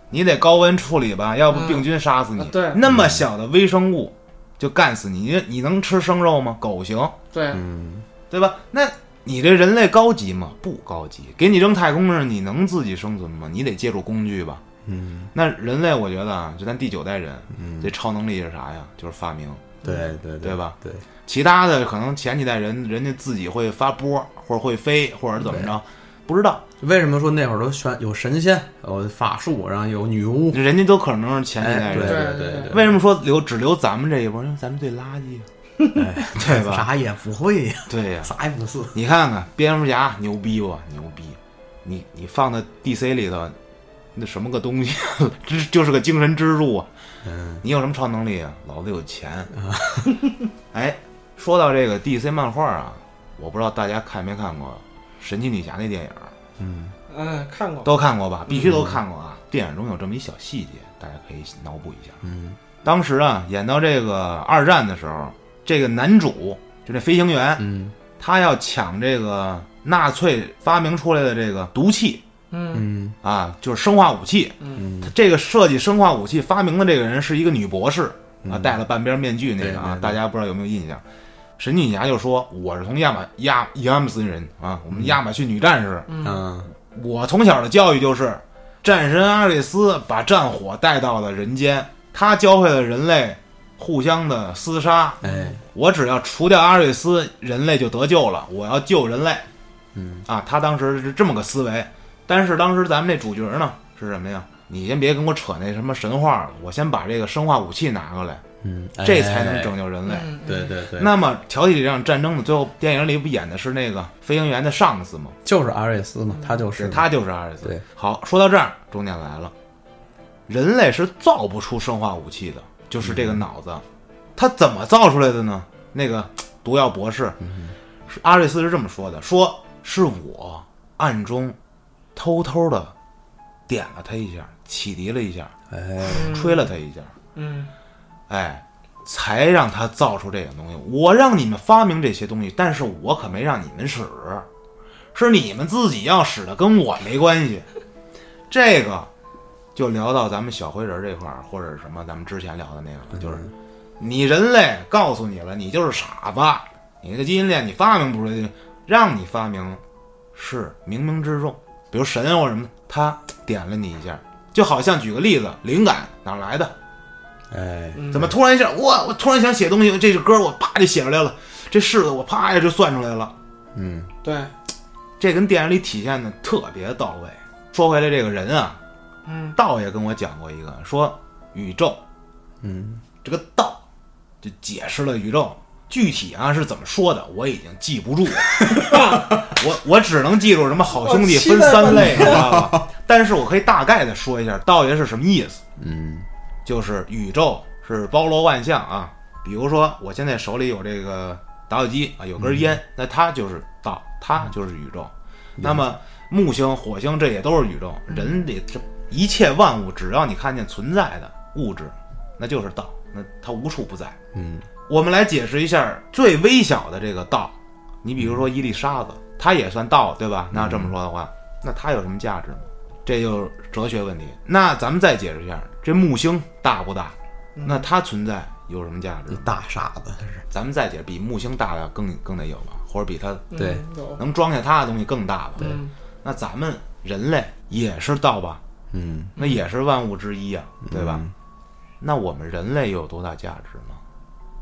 S2: 你得高温处理吧，要不
S3: 嗯
S2: 病菌杀死你。
S3: 啊对
S2: 那么小的微生物就干死你，你你能吃生肉吗？狗行。
S3: 对，
S2: 对吧？那你这人类高级吗？不高级。给你扔太空上，你能自己生存吗？你得借助工具吧。
S1: 嗯，
S2: 那人类，我觉得啊，就咱第九代人，这超能力是啥呀？就是发明。
S1: 对对
S2: 对吧？
S1: 对，
S2: 其他的可能前几代人，人家自己会发波，或者会飞，或者怎么着，不知道。
S1: 为什么说那会儿都选有神仙，有法术，然后有女巫？
S2: 人家都可能是前几代
S1: 哎，对
S2: 人。
S1: 对对，
S2: 嗯为什么说留只留咱们这一波？因为咱们最垃圾，
S1: 哎
S2: 对吧？
S1: 啥也不会呀，
S2: 对呀、
S1: 啥也不是。
S2: 你看看蝙蝠侠牛逼不？牛逼！你你放到 DC 里头，那什么个东西？ 这就是个精神支柱啊！
S1: 嗯，
S2: 你有什么超能力啊？老子有钱。 哎，说到这个 DC 漫画啊，我不知道大家看没看过神奇女侠那电影，
S3: 嗯，看过。
S2: 都看过吧？必须都看过啊！电影中有这么一小细节，大家可以脑补一下。
S1: 嗯，
S2: 当时啊，演到这个二战的时候，这个男主就这飞行员，
S1: 嗯
S2: 他要抢这个纳粹发明出来的这个毒气
S3: 嗯
S1: 嗯
S2: 啊，就是生化武器。
S1: 嗯，
S2: 他这个设计生化武器发明的这个人是一个女博士啊，
S1: 嗯
S2: 戴了半边面具那个
S1: 对
S2: 啊
S1: 对，对
S2: 大家不知道有没有印象？神奇女侠就说：“我是从亚马亚亚马逊人啊，我们亚马逊女战士，
S1: 嗯
S2: 我从小的教育就是，战神阿瑞斯把战火带到了人间，他教会了人类互相的厮杀。
S1: 哎，
S2: 我只要除掉阿瑞斯，人类就得救了。我要救人类。
S1: 嗯
S2: 啊，他当时是这么个思维。但是当时咱们这主角呢是什么呀？你先别跟我扯那什么神话了，我先把这个生化武器拿过来，
S1: 嗯，
S2: 这才能
S1: 整。
S2: 拯救人类。
S3: 嗯，
S1: 对对对，
S2: 那么挑起这场战争的最后，电影里不演的是那个飞行员的上司吗？
S1: 就是阿瑞斯嘛，他就是
S2: 是
S1: 嘛，
S2: 他就是阿瑞斯。
S1: 对，
S2: 好，说到这儿，重点来了，人类是造不出生化武器的，就是这个脑子，他怎么造出来的呢？那个毒药博士，是阿瑞斯是这么说的：说是我暗中偷偷的点了他一下，启迪了一下，
S1: 哎，
S2: 吹了他一下，
S3: 嗯
S2: 哎，才让他造出这个东西。我让你们发明这些东西，但是我可没让你们使，是你们自己要使的，跟我没关系。这个就聊到咱们小灰人这块儿，或者什么咱们之前聊的那个了，就是你人类告诉你了，你就是傻子，你那个基因链你发明不出来，让你发明是冥冥之中，比如神啊或什么的，他点了你一下，就好像举个例子，灵感哪儿来的？
S1: 哎，
S3: 嗯，
S2: 怎么突然一下，我我突然想写东西，这首歌我啪就写出来了，这式子我啪一下就算出来了，
S1: 嗯
S3: 对？
S2: 这跟电影里体现的特别到位。说回来，这个人啊，
S3: 嗯
S2: 道也跟我讲过一个，说宇宙
S1: 嗯
S2: 这个道，就解释了宇宙具体啊是怎么说的，我已经记不住了，我我只能记住什么好兄弟分三类，你知道吧？但是我可以大概的说一下道爷是什么意思。
S1: 嗯
S2: 就是宇宙是包罗万象啊。比如说，我现在手里有这个打火机啊，有根烟，那它就是道，它就是宇宙。那么木星、火星这也都是宇宙，人里这一切万物，只要你看见存在的物质，那就是道，那它无处不在。
S1: 嗯
S2: 我们来解释一下最微小的这个道，你比如说一粒沙子，它也算道，对吧？那要这么说的话，那它有什么价值吗？这就是哲学问题。那咱们再解释一下，这木星大不大？那它存在有什么价值
S1: 一？大傻子他是，
S2: 咱们再解，比木星大的更更得有吧，或者比它
S1: 对
S3: 嗯有
S2: 能装下它的东西更大吧？
S3: 嗯
S2: 那咱们人类也是道吧？
S1: 嗯
S2: 那也是万物之一啊，对吧？那我们人类又有多大价值呢？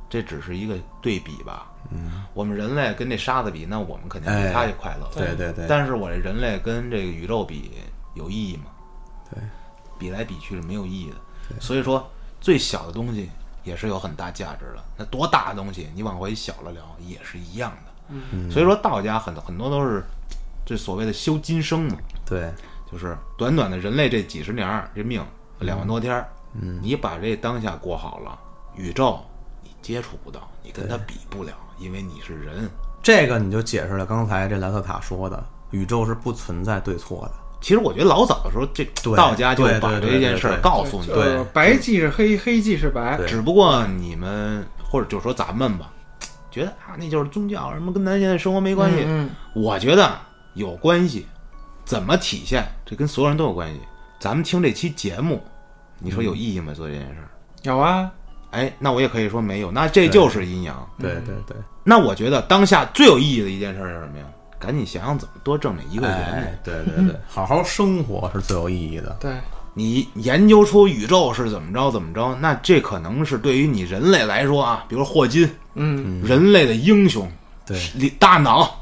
S2: 这只是一个对比吧。嗯，我们人类跟这沙子比，那我们肯定
S1: 哎
S2: 比它也快乐。
S1: 对对对，
S2: 但是我这人类跟这个宇宙比，有意义吗？
S1: 对，
S2: 比来比去是没有意义的。所以说，最小的东西也是有很大价值的。那多大的东西，你往回小了聊也是一样的。嗯，所以说道家很很多都是这所谓的修今生嘛。
S1: 对，
S2: 就是短短的人类这几十年儿这命两万多天儿，
S1: 嗯
S2: 你把这当下过好了，宇宙你接触不到，你跟它比不了，因为你是
S1: 嗯
S2: 人。
S1: 这个你就解释了刚才这莱特塔说的，宇宙是不存在对错的，
S2: 其实我觉得老早的时候，这
S1: 对
S2: 道家就
S1: 对
S2: 把
S1: 对对
S2: 这件事
S1: 对
S2: 儿
S1: 对
S2: 告诉你
S3: 就
S2: 了，
S1: 对
S3: 白即是黑，黑即是白。
S1: 对
S2: 只不过你们或者就说咱们吧，觉得啊那就是宗教什么跟咱现在生活没关系。
S3: 嗯，
S2: 我觉得有关系，怎么体现这跟所有人
S1: 嗯
S2: 都有关系。咱们听这期节目，你说有意义吗？做这件事儿？
S3: 有啊，
S2: 哎，那我也可以说没有，那这就是阴阳。
S1: 对对对，
S2: 那我觉得当下最有意义的一件事是什么呀？赶紧想想怎么多挣这一个元呢？
S1: 哎，对对对，好好生活是最有意义的。
S3: 对，
S2: 你研究出宇宙是怎么着怎么着，那这可能是对于你人类来说啊，比如霍金，
S3: 嗯，
S2: 人类的英雄，
S1: 对，
S2: 理大脑。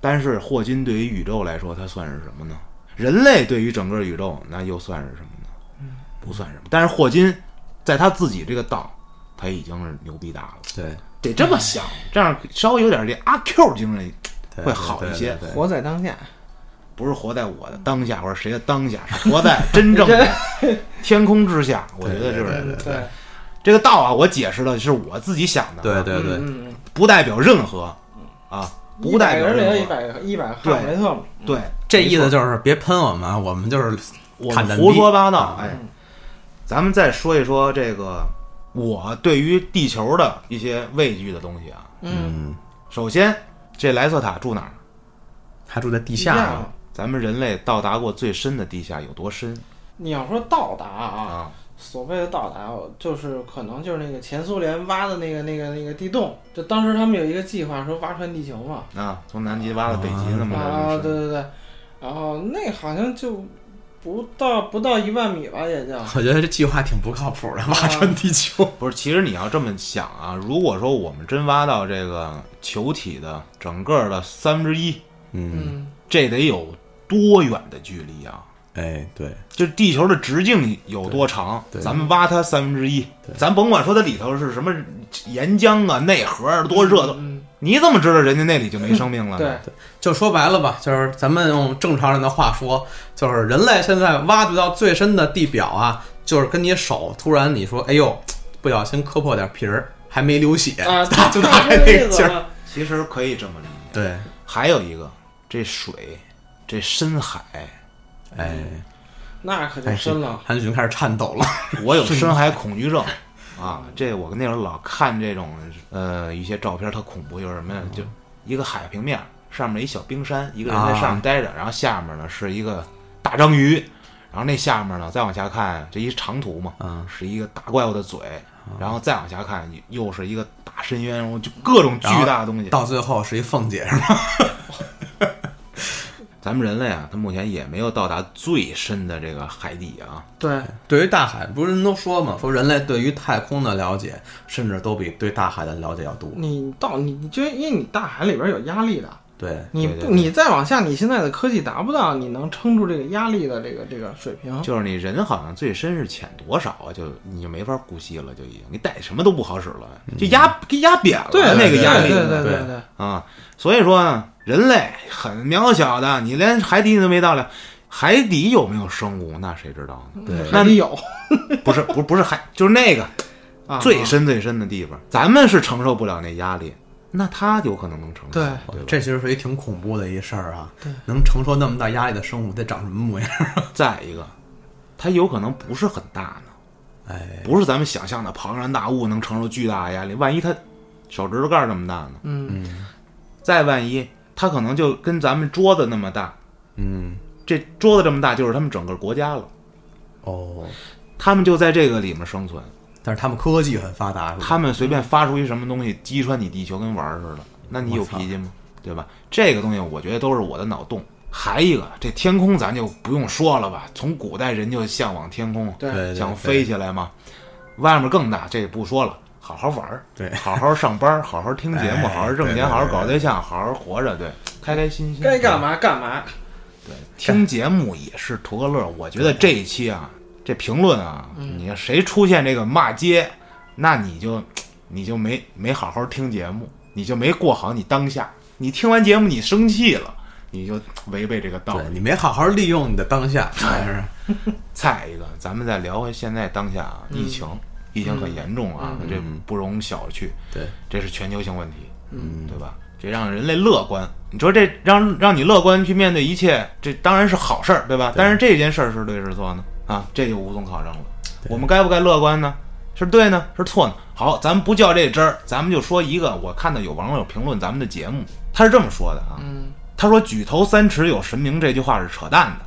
S2: 但是霍金对于宇宙来说，它算是什么呢？人类对于整个宇宙，那又算是什么呢？
S1: 嗯
S2: 不算什么。但是霍金在他自己这个道，他已经是牛逼大了。
S1: 对，
S2: 得这
S3: 嗯
S2: 么想，这样稍微有点这阿 Q 精神
S1: 对
S2: 会好一些。
S1: 对对对
S3: 活在当下，
S2: 不是活在我的当下或者谁的当下，是活在真正 的天空之下。我觉得就
S1: 对对
S2: 是
S1: 对
S3: 对，
S2: 这个道啊，我解释的是我自己想的，啊
S1: 对，对对，
S3: 嗯，
S2: 不代表任何啊，不代表
S3: 人有一
S2: 任何。
S3: 百个一百个哈姆雷特嘛，
S2: 对，
S1: 这
S2: 没
S1: 意
S2: 错
S1: 思就是别喷我们啊，我们就是
S2: 我
S1: 看着
S2: 们胡
S1: 你
S2: 说八道。哎
S3: 嗯，
S2: 咱们再说一说这个我对于地球的一些畏惧的东西啊。
S3: 嗯，
S1: 嗯，
S2: 首先，这莱瑟塔住哪儿？
S1: 还住在地
S3: 地
S1: 下
S3: 下
S1: 呢。
S3: 嘛
S2: 咱们人类到达过最深的地下有多深
S3: 你要说到达啊，
S2: 啊？
S3: 所谓的到达，就是可能就是那个前苏联挖的那个那个那个地洞，就当时他们有一个计划说挖穿地球嘛，
S2: 啊，从南极挖到北极那么
S3: 啊，
S2: 着
S3: 对对对，然后那好像就不到不到一万米吧，也就，
S1: 我觉得这计划挺不靠谱的，挖穿地球。
S2: 不是，其实你要这么想啊，如果说我们真挖到这个球体的整个的三分之一，
S1: 嗯，
S3: 嗯，
S2: 这得有多远的距离啊？
S1: 哎，对，
S2: 就是地球的直径有多长
S1: 对，对
S2: 咱们挖它三分之一，咱甭管说它里头是什么岩浆啊、内核啊多热的，
S3: 嗯，
S2: 你怎么知道人家那里就没生命了
S3: 对
S2: 呢？，
S1: 就说白了吧，就是咱们用正常人的话说，就是人类现在挖掘到最深的地表啊，就是跟你手突然你说，哎呦，不小心磕破点皮儿，还没流血，
S3: 啊，
S1: 大就大
S3: 大
S1: 概
S3: 概
S1: 那
S3: 这
S1: 个劲
S3: 个
S1: 儿。
S3: 吧，
S2: 其实可以这么理解。
S1: 对，
S2: 还有一个，这水，这深海，
S1: 哎，
S3: 那可就
S1: 哎
S3: 深了，
S1: 韩雪开始颤抖了。
S2: 我有深海恐惧症啊，这我那时候老看这种呃一些照片，特恐怖，就是什么呀？就一个海平面上面一小冰山，一个人在上面待着，然后下面呢是一个大章鱼，然后那下面呢再往下看，这一长图嘛，
S1: 嗯
S2: 是一个大怪物的嘴，然后再往下看又又是一个大深渊，然后就各种巨大的东西。
S1: 到最后是一凤姐是吗？
S2: 咱们人类啊，它目前也没有到达最深的这个海底啊，
S3: 对，
S1: 对于大海，不是人都说嘛，说人类对于太空的了解，甚至都比对大海的了解要多。
S3: 你到你你就因为你大海里边有压力的，
S1: 对，
S3: 你
S2: 对对
S3: 不
S2: 对
S3: 你再往下，你现在的科技达不到你能撑住这个压力的这个这个水平，
S2: 就是你人好像最深是潜多少啊，就你就没法呼吸了，就已经你带什么都不好使了，就压给压扁了
S3: 嗯对
S2: 那个压
S3: 对
S2: 力
S3: 对对
S1: 对
S3: 对对，
S2: 啊。所以说呢，人类很渺小的，你连海底你都没到了，海底有没有生物那谁知道呢？
S1: 对
S3: 那
S2: 那
S3: 里有
S2: 不是不是不是海，就是那个
S3: 啊，
S2: 最深最深的地方，咱们是承受不了那压力，那他有可能能承受，
S3: 对
S2: 对吧？
S1: 这其实是一挺恐怖的一事儿啊
S3: 对。
S1: 能承受那么大压力的生物得长什么模样？
S2: 再一个，它有可能不是很大呢。
S1: 哎，
S2: 不是咱们想象的庞然大物能承受巨大的压力，万一它手指头盖儿那么大呢？
S3: 嗯
S2: 再万一它可能就跟咱们桌子那么大，
S1: 嗯，
S2: 这桌子这么大就是他们整个国家了，
S1: 哦，
S2: 他们就在这个里面生存，
S1: 但是他们科技很发达，是吧？
S2: 他们随便发出一什么东西击穿你地球跟玩儿似的，那你有脾气吗？对吧？这个东西我觉得都是我的脑洞。还一个，这天空咱就不用说了吧，从古代人就向往天空，
S3: 对
S1: 对
S2: 想飞，起来嘛。外面更大，这不说了，好好玩儿，
S1: 对
S2: 好好上班，好好听节目，
S1: 哎
S2: 好好挣
S1: 对对
S2: 钱，好好
S1: 对
S2: 搞对象，好好活着，对，开开心心。
S3: 该干嘛干嘛，
S2: 听节目也是图个乐儿。我觉得这一期啊，这评论啊，
S3: 嗯
S2: 你要谁出现这个骂街，那你就你就没没好好听节目，你就没过好你当下。你听完节目你生气了，你就违背这个
S1: 对
S2: 道
S1: 对
S2: 理。
S1: 你没好好利用你的当下，还是
S2: 再一个，咱们再聊回现在当下啊，疫情，疫情很严重啊，这不容小觑。
S1: 对，
S2: 这是全球性问题，
S1: 嗯，
S2: 对吧？这让人类乐观，你说这让让你乐观去面对一切，这当然是好事儿，对吧？但是这件事儿是对是错呢？啊，这就无从考证了。我们该不该乐观呢？是对呢，是错呢？好，咱们不较这真儿，咱们就说一个。我看到有网友评论咱们的节目，他是这么说的啊，
S3: 嗯
S2: 他说“举头三尺有神明”这句话是扯淡的，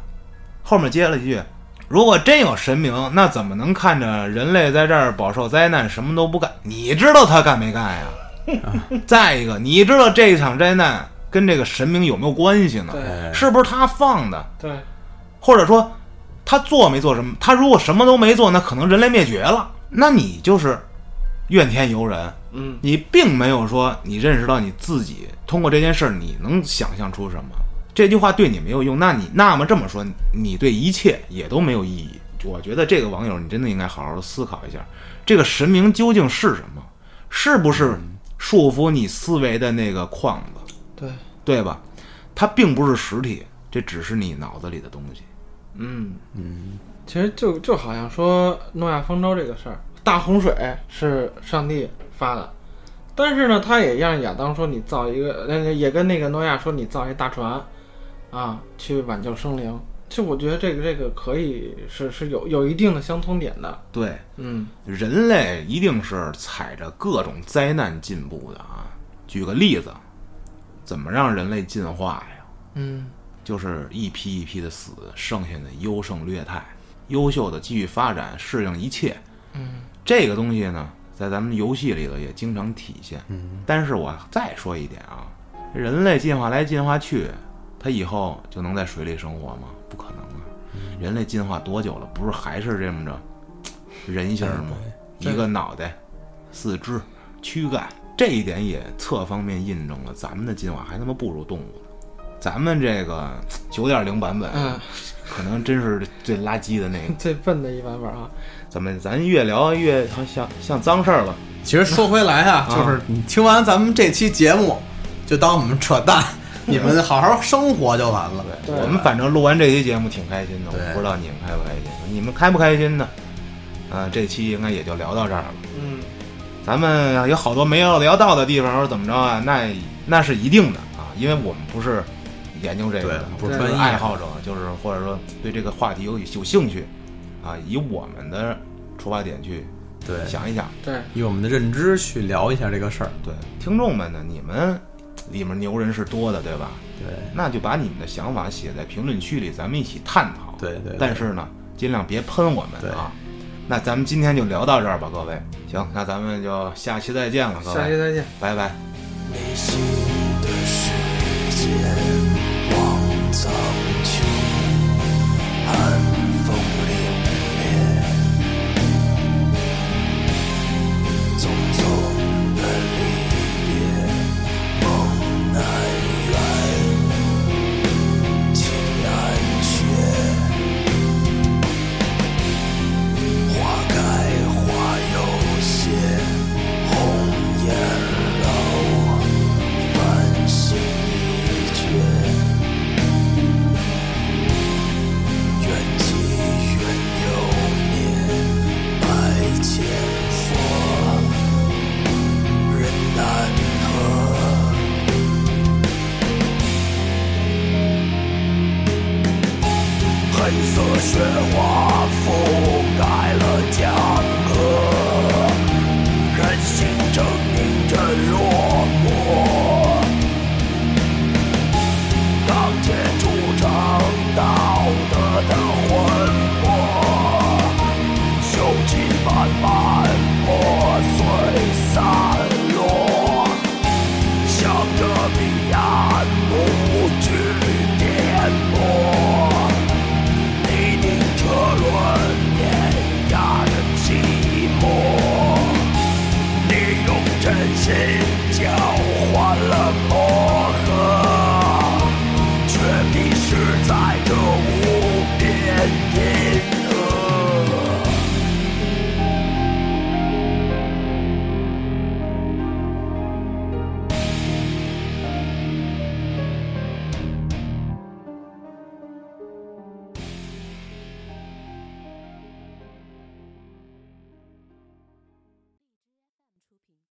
S2: 后面接了一句：“如果真有神明，那怎么能看着人类在这儿饱受灾难，什么都不干？你知道他干没干呀？再一个，你知道这场灾难跟这个神明有没有关系呢？
S3: 对
S1: 哎
S2: 是不是他放的？
S3: 对，
S2: 或者说他做没做什么？他如果什么都没做，那可能人类灭绝了。那你就是怨天尤人，
S3: 嗯，
S2: 你并没有说你认识到你自己通过这件事儿你能想象出什么。这句话对你没有用，那你那么这么说，你对一切也都没有意义。我觉得这个网友你真的应该好好的思考一下，这个神明究竟是什么？是不是束缚你思维的那个框子？
S3: 对，
S2: 对吧？它并不是实体，这只是你脑子里的东西。
S3: 嗯嗯，其实就就好像说诺亚方舟这个事儿，大洪水是上帝发的，但是呢，他也让亚当说你造一个，那个也跟那个诺亚说你造一大船，啊，去挽救生灵。就我觉得这个这个可以是是有有一定的相通点的，
S2: 对，
S3: 嗯
S2: 人类一定是踩着各种灾难进步的啊。举个例子，怎么让人类进化呀？
S3: 嗯
S2: 就是一批一批的死，剩下的优胜劣汰，优秀的继续发展，适应一切。
S3: 嗯，
S2: 这个东西呢，在咱们游戏里头也经常体现。嗯，但是我再说一点啊，人类进化来进化去，它以后就能在水里生活吗？不可能啊！人类进化多久了？不是还是这么着，人形儿吗？一个脑袋，四肢、躯干，这一点也侧方面印证了咱们的进化还他妈不如动物呢。咱们这个九点零版本，
S3: 嗯，
S2: 可能真是最垃圾的那个。
S3: 最笨的一版本啊，
S2: 怎么，咱越聊越好像像脏事儿了？
S1: 其实说回来啊，就是你听完咱们这期节目，就当我们扯 淡，你们好好生活就完了。
S3: 对
S2: 我们反正录完这期节目挺开心的，
S1: 对
S2: 我不知道你们开不开心，你们开不开心呢？啊，这期应该也就聊到这儿了。
S3: 嗯，
S2: 咱们有好多没有聊到的地方，或者怎么着啊？那那是一定的啊，因为我们不是研究这个的
S1: 对，不
S2: 不
S3: 是
S2: 是
S1: 专业
S2: 爱好者，就是或者说对这个话题有有兴趣啊，以我们的出发点去
S1: 对，
S2: 想一想。
S3: 对，
S1: 以我们的认知去聊一下这个事儿。
S2: 对，听众们呢，你们里面牛人是多的，对吧？
S1: 对，
S2: 那就把你们的想法写在评论区里，咱们一起探讨。
S1: 对对对
S2: 但是呢，尽量别喷我
S1: 对
S2: 们啊。那咱们今天就聊到这儿吧，各位。行，那咱们就下期再见了，各
S3: 下期
S2: 位，
S3: 再见。
S2: 拜拜。
S4: 内心的世界望苍穹，寒风凛冽，匆匆的离别，梦难圆，情难却，花开花又谢，红颜。繁星已绝，缘起缘由灭，百千佛，人难合。黑色雪花覆盖了江河，人心狰狞着落寞。钢铁铸成道德的魂魄，锈迹斑斑，破碎散落，向着彼岸无惧颠簸。泥泞车轮碾压着寂寞，你用真心交换了梦。